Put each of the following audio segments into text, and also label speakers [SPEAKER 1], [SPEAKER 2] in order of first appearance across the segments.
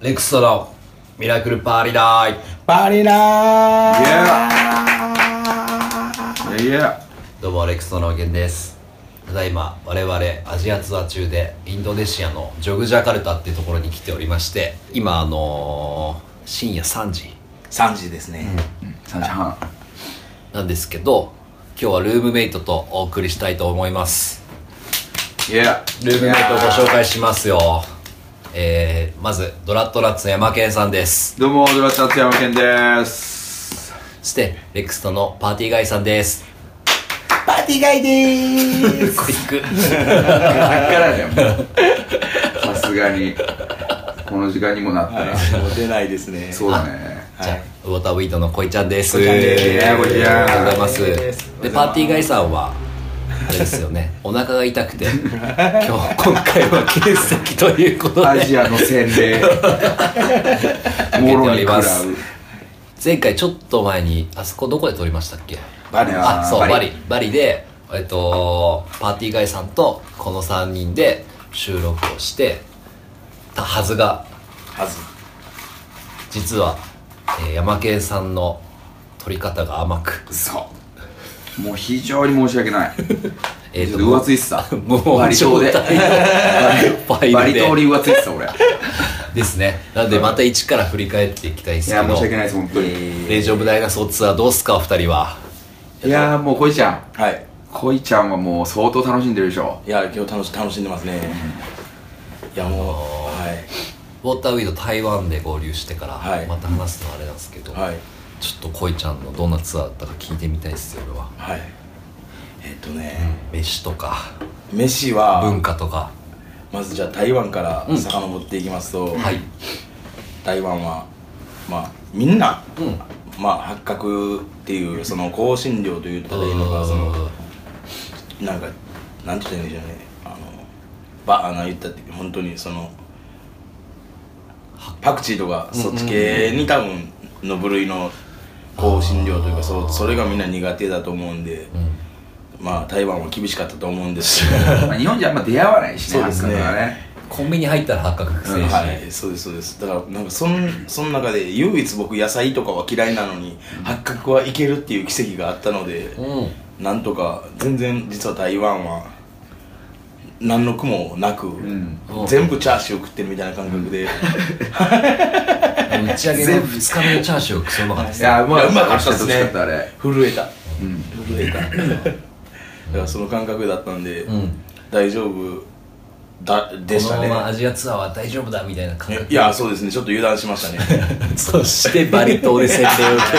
[SPEAKER 1] レクストのミラクルパーリライ
[SPEAKER 2] パリラー
[SPEAKER 3] Yeah.
[SPEAKER 1] どうもレクストのゲンですただいま我々アジアツアー中でインドネシアのジョグジャカルタっていうところに来ておりまして今あのー深夜3時
[SPEAKER 2] 3時ですね、
[SPEAKER 3] 3時半。
[SPEAKER 1] なんですけど今日はルームメイトとお送りしたいと思います
[SPEAKER 3] Yeah.
[SPEAKER 1] ルームメイトをご紹介しますよえー、まずドラットラッツの山健さんです
[SPEAKER 3] どうも、ドラチャツヤマケンです。
[SPEAKER 1] そしてレクストのパーティーガイさんです
[SPEAKER 2] パーティーガイでー す
[SPEAKER 1] クイック
[SPEAKER 3] さっきからだよ、もうさすがに。この時間にもなったら。
[SPEAKER 2] はいもう出ないですね
[SPEAKER 3] そうだね。
[SPEAKER 2] は
[SPEAKER 1] じゃあ
[SPEAKER 2] い、
[SPEAKER 1] ウォーターウィードのこいちゃんです。
[SPEAKER 2] こいちゃんです
[SPEAKER 1] ありがとうございます。
[SPEAKER 2] こいちゃん
[SPEAKER 1] で
[SPEAKER 2] です、
[SPEAKER 1] パーティーガイさんは、あれですよね、 お腹が痛くて、今日、今回は欠席ということ
[SPEAKER 3] ア
[SPEAKER 1] で、
[SPEAKER 3] ジアの洗礼。もろに食らう。
[SPEAKER 1] 前回ちょっと前に、あそこどこで撮りましたっけ
[SPEAKER 2] バリ
[SPEAKER 1] あ、そう、バ
[SPEAKER 3] バ
[SPEAKER 1] リ
[SPEAKER 3] リ、
[SPEAKER 1] バリで、えっと、パーティーガイさんと、この3人で収録をして、たはずが、
[SPEAKER 2] はず
[SPEAKER 1] 実は、えー、山県さんの撮り方が甘く、
[SPEAKER 3] そう。もう非常に申し訳ない。
[SPEAKER 1] え
[SPEAKER 3] ち
[SPEAKER 1] ー
[SPEAKER 3] ょっと浮ついてた。
[SPEAKER 1] もう
[SPEAKER 3] バリ島で。
[SPEAKER 1] 状態の
[SPEAKER 3] バリバリ島に浮ついてた、俺。い
[SPEAKER 1] ですねなんでまた一から振り返っていきたいんですけ
[SPEAKER 3] や、
[SPEAKER 1] ど
[SPEAKER 3] 申し訳ないです、本当
[SPEAKER 1] レ
[SPEAKER 3] に。
[SPEAKER 1] イジオブダイナソーツアーどうすかお二人はい
[SPEAKER 3] やー、もう、こいちゃん。
[SPEAKER 2] はい
[SPEAKER 3] こいちゃんはもう相当楽しんでるでし ょ。
[SPEAKER 2] いや今日楽し楽しんでますねいやもうは
[SPEAKER 1] ウォーターウィード台湾で合流してから、
[SPEAKER 2] はい
[SPEAKER 1] また話すのはあれなんですけど、
[SPEAKER 2] いはい
[SPEAKER 1] ちょっと恋ちゃんのどんなツアーだったか聞いてみたいですよ俺は
[SPEAKER 2] はいえっとね、
[SPEAKER 1] 飯とか
[SPEAKER 2] 飯は
[SPEAKER 1] 文化とか
[SPEAKER 2] まずじゃあ台湾から遡っていきますと、
[SPEAKER 1] はい
[SPEAKER 2] 台湾はまあみんな、
[SPEAKER 1] うん
[SPEAKER 2] まあ八角っていうその香辛料というといいのかそのなんかなんて言ったらいいんでしょうねあのばあの言ったって本当にそのパクチーとかそっち系に多分の部類の香辛料というかそそれがみんな苦手だと思うんで、まあ台湾は厳しかったと思うんですけど
[SPEAKER 3] まあ、日本じゃあんま出会わないしね、
[SPEAKER 2] そうですね
[SPEAKER 3] ハッカーがね。
[SPEAKER 1] コンビニ入ったら発覚癖し、
[SPEAKER 2] はいそうですそうですだからなんかそんその中で唯一僕野菜とかは嫌いなのに八角はいけるっていう奇跡があったので、
[SPEAKER 1] うん
[SPEAKER 2] なんとか全然実は台湾は何の苦もなく、
[SPEAKER 3] ん
[SPEAKER 2] 全部チャーシュー食ってるみたいな感覚で、
[SPEAKER 1] 打ち上げの2日目のチャーシューをクソうまかったで
[SPEAKER 3] い
[SPEAKER 1] すね
[SPEAKER 3] や、うま
[SPEAKER 2] うま
[SPEAKER 3] か
[SPEAKER 2] か
[SPEAKER 3] っ
[SPEAKER 2] った
[SPEAKER 3] で
[SPEAKER 2] たで
[SPEAKER 3] ね。
[SPEAKER 2] すす
[SPEAKER 3] 美味し
[SPEAKER 2] ね
[SPEAKER 3] かった、あれ。
[SPEAKER 2] 震えた
[SPEAKER 3] うん。
[SPEAKER 2] 震えただからその感覚だったんで、
[SPEAKER 1] うん
[SPEAKER 2] 大丈夫だでし
[SPEAKER 1] こ
[SPEAKER 2] た
[SPEAKER 1] のままア
[SPEAKER 2] ね
[SPEAKER 1] ジアツアーは大丈夫だみたいな感覚
[SPEAKER 2] いやそうですねちょっと油断しましたね
[SPEAKER 1] そしてバリ島で洗礼を受け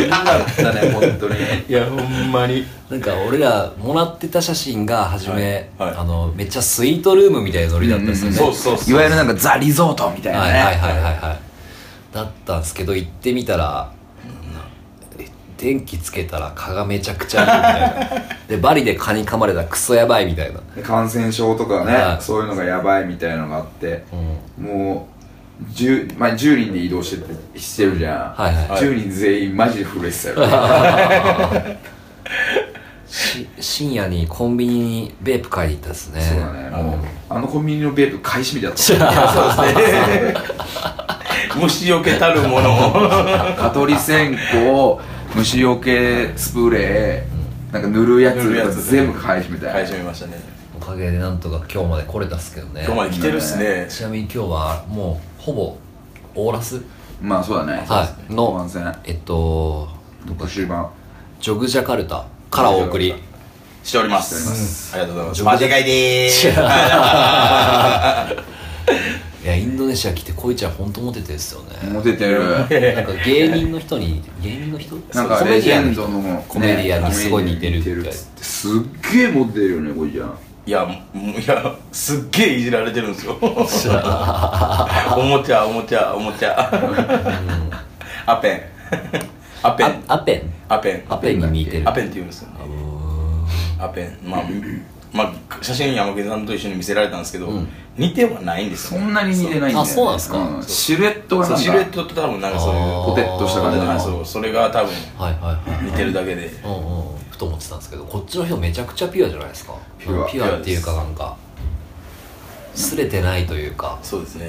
[SPEAKER 1] る
[SPEAKER 3] うまかったね、本当に。
[SPEAKER 2] いやほんまに
[SPEAKER 1] なんか俺らもらってた写真が初め、
[SPEAKER 2] はいはい
[SPEAKER 1] あのめっちゃスイートルームみたいなノリだったんですよね、
[SPEAKER 2] そうそう
[SPEAKER 3] い
[SPEAKER 2] そう
[SPEAKER 3] わゆるなんかザ・リゾートみたい
[SPEAKER 1] はいはい
[SPEAKER 3] な
[SPEAKER 1] はい
[SPEAKER 3] ね。
[SPEAKER 1] はいはいだったんですけど行ってみたらえ電気つけたら蚊がめちゃくちゃあるみたいなでバリで蚊に噛まれたらクソやばいみたいな
[SPEAKER 3] 感染症とか
[SPEAKER 1] は
[SPEAKER 3] ね
[SPEAKER 1] い、
[SPEAKER 3] そういうのがやばいみたいなのがあって
[SPEAKER 1] う、ん
[SPEAKER 3] もう、10, まあ、10人で移動しててしてるじゃん、
[SPEAKER 1] はいはい
[SPEAKER 3] 10人全員マジで震えてたよ、ね、
[SPEAKER 1] し深夜にコンビニにベープ買いに行ったんですね
[SPEAKER 3] そうだねもうあのコンビニのベープ買い占めだった
[SPEAKER 2] そうですね虫除けたるもの
[SPEAKER 3] 蚊取り線香虫除けスプレーなんか塗るやつ
[SPEAKER 2] 塗るやつ
[SPEAKER 3] 全部買い占めたよ
[SPEAKER 2] 買い占めましたね
[SPEAKER 1] おかげでなんとか今日まで来れたっすけどね
[SPEAKER 2] 今日まで来てるっすね
[SPEAKER 1] ちなみに今日はもうほぼオーラス
[SPEAKER 3] まあそうだね
[SPEAKER 1] はい
[SPEAKER 3] の
[SPEAKER 1] の
[SPEAKER 3] 万戦
[SPEAKER 1] えっと
[SPEAKER 3] 特集版
[SPEAKER 1] ジョグジャカルタからお送り
[SPEAKER 2] しておりま
[SPEAKER 3] しております
[SPEAKER 2] す。ありがとうございます。マジかいでーす。
[SPEAKER 1] いやインドネシア来てこいちゃん本当モテてるですよね
[SPEAKER 3] モテてる
[SPEAKER 1] なんか芸人の人に芸人の人
[SPEAKER 3] なんか
[SPEAKER 1] コ
[SPEAKER 3] レ
[SPEAKER 1] メ
[SPEAKER 3] ジ
[SPEAKER 1] ディア
[SPEAKER 3] ェ
[SPEAKER 1] ンの
[SPEAKER 3] ン
[SPEAKER 1] 人
[SPEAKER 3] ドのね
[SPEAKER 1] コメディアンにすごい似てる
[SPEAKER 3] コメディアンに似っつってすっげえモテてるよねこれじゃん
[SPEAKER 2] いや、もういや、すっげえいじられてるんですよ。 おもちゃ、おもちゃ、おもちゃ。アペン。アペン。
[SPEAKER 1] あアペン
[SPEAKER 2] アペン。
[SPEAKER 1] アペンに似てる
[SPEAKER 2] アペンって言うんですよね。アペン。まあ、まあ、写真山口さんと一緒に見せられたんですけど、似てはないんです
[SPEAKER 3] そ
[SPEAKER 2] よ。
[SPEAKER 3] んなに似てないんだよね
[SPEAKER 1] あそうなんすか
[SPEAKER 3] うシルエットが
[SPEAKER 2] そ
[SPEAKER 3] な
[SPEAKER 2] うんシルエッ
[SPEAKER 3] か
[SPEAKER 2] トと多分なんかそういう
[SPEAKER 1] あー
[SPEAKER 3] ポテッとした
[SPEAKER 2] そう
[SPEAKER 3] 感じ
[SPEAKER 2] はい
[SPEAKER 3] の
[SPEAKER 2] そう、それが多分
[SPEAKER 1] はいはいはい
[SPEAKER 2] 似てるだけで。
[SPEAKER 1] うんうんふと思ってたんですけどこっちの人めちゃくちゃピュアじゃないですか
[SPEAKER 3] ピュア
[SPEAKER 1] ピュアっていうかなんかすれてないというか
[SPEAKER 2] そうですね。
[SPEAKER 1] う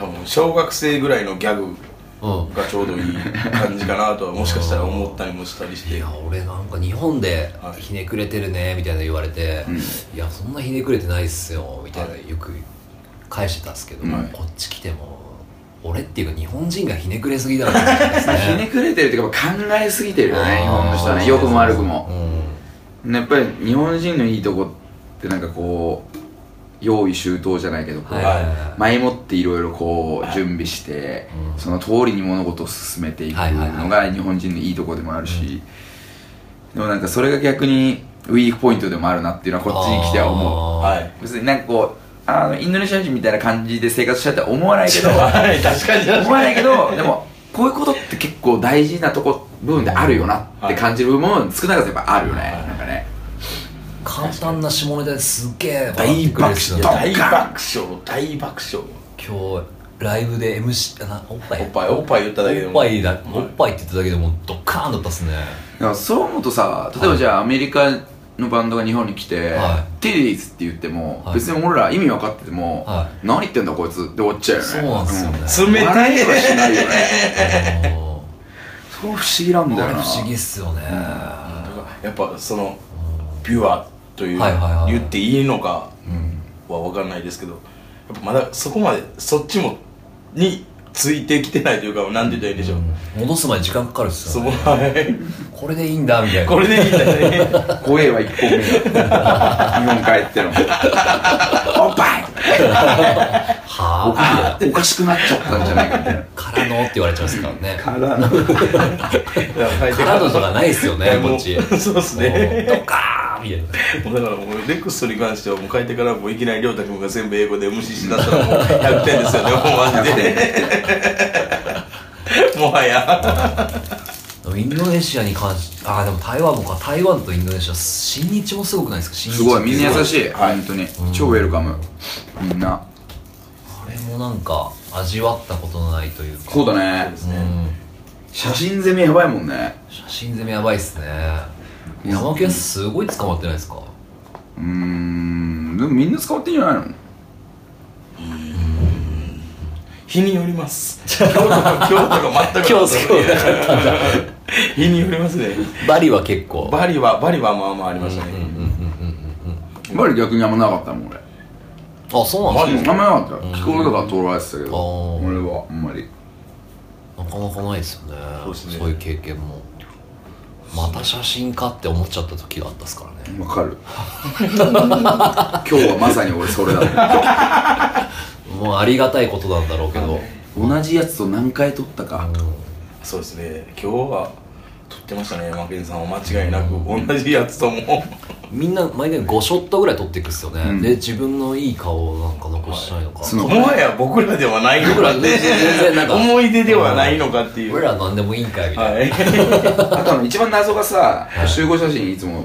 [SPEAKER 1] ん
[SPEAKER 2] 多分小学生ぐらいのギャグ
[SPEAKER 1] うん
[SPEAKER 2] がちょうどいい感じかなとはもしかしたら思ったりもしたりし
[SPEAKER 1] い
[SPEAKER 2] て
[SPEAKER 1] や俺なんか日本で
[SPEAKER 2] はい
[SPEAKER 1] ひねくれてるねみたいな言われて、
[SPEAKER 3] うん
[SPEAKER 1] いやそんなひねくれてないっすよみたいな
[SPEAKER 2] はい
[SPEAKER 1] よく返してたんですけど、
[SPEAKER 3] はい
[SPEAKER 1] こっち来ても俺っていうか日本人がひねくれすぎだろうなって思います
[SPEAKER 3] まあひね
[SPEAKER 1] ね
[SPEAKER 3] くれてるっていうか考えすぎてるよね日本の人 は
[SPEAKER 1] あ
[SPEAKER 3] ね
[SPEAKER 1] ー
[SPEAKER 3] 良くも悪くも
[SPEAKER 1] う
[SPEAKER 3] やっぱり日本人のいいとこってなんかこう用意周到じゃないけどこう、
[SPEAKER 1] んはいはいはい
[SPEAKER 3] 前もっていろいろこう準備して、
[SPEAKER 1] うん
[SPEAKER 3] その通りに物事を進めていく
[SPEAKER 1] はいはいはい
[SPEAKER 3] のが日本人のいいとこでもあるし、でもなんかそれが逆にウィークポイントでもあるなっていうのはこっちに来ては思う
[SPEAKER 1] あー
[SPEAKER 2] はい
[SPEAKER 3] 別になんかこうあのインドネシア人みたいな感じで生活したいとは思わな いけど
[SPEAKER 2] はい確かに確
[SPEAKER 3] 思わ
[SPEAKER 2] か
[SPEAKER 3] な
[SPEAKER 2] に
[SPEAKER 3] いけどでもこういうことって結構大事なとこ部分であるよなって感じる部分も少なからずやっぱあるよね、
[SPEAKER 2] はい
[SPEAKER 3] なんかね
[SPEAKER 1] 簡単な下ネタですっげえ
[SPEAKER 3] 大爆笑
[SPEAKER 1] 今
[SPEAKER 2] 大爆笑大爆笑
[SPEAKER 1] 日ライブで MC あなおっぱい
[SPEAKER 2] おっぱいおっぱい言っただけで
[SPEAKER 1] おっ
[SPEAKER 2] も
[SPEAKER 1] ぱいだお
[SPEAKER 2] は
[SPEAKER 1] っぱいって言っただけでもうドカーンだったっすね
[SPEAKER 3] だからそう思うとさ例えばじゃあアメリカのバンドが日本に来て、
[SPEAKER 1] は
[SPEAKER 3] ティリーズって言っても、
[SPEAKER 1] はい
[SPEAKER 3] 別に俺ら意味分かってても、
[SPEAKER 1] は
[SPEAKER 3] 何言ってんだこいつって終わっちゃうよね
[SPEAKER 1] そうなんですよね、
[SPEAKER 2] 冷たい
[SPEAKER 3] 笑いはしないよね
[SPEAKER 1] あのー
[SPEAKER 3] そう不思議なんだ
[SPEAKER 1] あ
[SPEAKER 3] よ
[SPEAKER 1] れ
[SPEAKER 3] な
[SPEAKER 1] 不思議っすよね、
[SPEAKER 2] だからやっぱそのピュアという
[SPEAKER 1] はいはいはい
[SPEAKER 2] 言っていいのかは分かんないですけどやっぱまだそこまでそっちもについてきてないというかなんて言ったらいいんでしょう
[SPEAKER 1] 戻すまで時間かかるっす
[SPEAKER 2] そ
[SPEAKER 1] よ
[SPEAKER 2] こ
[SPEAKER 1] ね
[SPEAKER 2] はい
[SPEAKER 1] これでいいんだみたいな
[SPEAKER 2] これでいいんだ よね
[SPEAKER 3] 怖えわ一本目が日本帰ってのおっぱいお
[SPEAKER 1] は
[SPEAKER 3] かおかしくなっちゃったんじゃないかみ たいな
[SPEAKER 1] あからのって言われちゃいますからね
[SPEAKER 3] からの
[SPEAKER 1] からのとかないっすよね
[SPEAKER 2] もう
[SPEAKER 1] こっち
[SPEAKER 2] そうっすね
[SPEAKER 1] もうドカーンみたいな
[SPEAKER 2] もうだからもうレクストに関してはもう帰ってからもういきなり亮太君が全部英語で無視しだったらもう100点ですよねもうマジでもはや
[SPEAKER 1] でもインドネシアに関してああでも台湾もか台湾とインドネシア親日もすごくないですか親日
[SPEAKER 3] すごいみんな優
[SPEAKER 1] い
[SPEAKER 3] しい、本当に超ウェルカムみんな
[SPEAKER 1] あれもなんか味わったことのないというか
[SPEAKER 3] そうだね
[SPEAKER 1] うん
[SPEAKER 3] 写真攻めやばいもんね
[SPEAKER 1] 写真攻めやばいっすねヤマケンすごい捕まってないですか
[SPEAKER 3] うーんでもみんな使ってんじゃないの
[SPEAKER 2] 日によります今日とか今日とか全く
[SPEAKER 1] 今日すごいなかったんだ
[SPEAKER 2] 日によりますね
[SPEAKER 1] バリは結構
[SPEAKER 2] バリはバリはまあまあありましたね、
[SPEAKER 1] うんうんうんうんうん
[SPEAKER 3] バリ逆にあんまなかったもん俺
[SPEAKER 1] うんあそうなんです
[SPEAKER 3] あんまなかった気候とか捉えてたけ
[SPEAKER 1] あ
[SPEAKER 3] ど
[SPEAKER 1] ー
[SPEAKER 3] 俺はあんまり
[SPEAKER 1] かなかなかないですよね
[SPEAKER 2] そうですね
[SPEAKER 1] いう経験もまた写真かって思っちゃった時があったっすからね
[SPEAKER 3] わかる 今日はまさに俺それだ
[SPEAKER 1] もうありがたいことなんだろうけど、
[SPEAKER 3] 同じやつと何回撮ったか
[SPEAKER 2] そうですね今日は撮ってましたねマケンさんは間違いなく同じやつとも
[SPEAKER 1] みんな毎年5ショットぐらい撮っていくっすよね、
[SPEAKER 3] うん
[SPEAKER 1] で自分のいい顔をなんか残したいのか、
[SPEAKER 3] その
[SPEAKER 2] もはや僕らではないの
[SPEAKER 1] 僕
[SPEAKER 2] からっ
[SPEAKER 1] 全
[SPEAKER 2] て
[SPEAKER 1] 然全然なんか
[SPEAKER 2] 思い出ではないのかっていう
[SPEAKER 1] 俺ら何でもいいんかいみたいな、
[SPEAKER 2] はい
[SPEAKER 3] あとあの一番謎がさ
[SPEAKER 1] はい
[SPEAKER 3] 集合写真いつも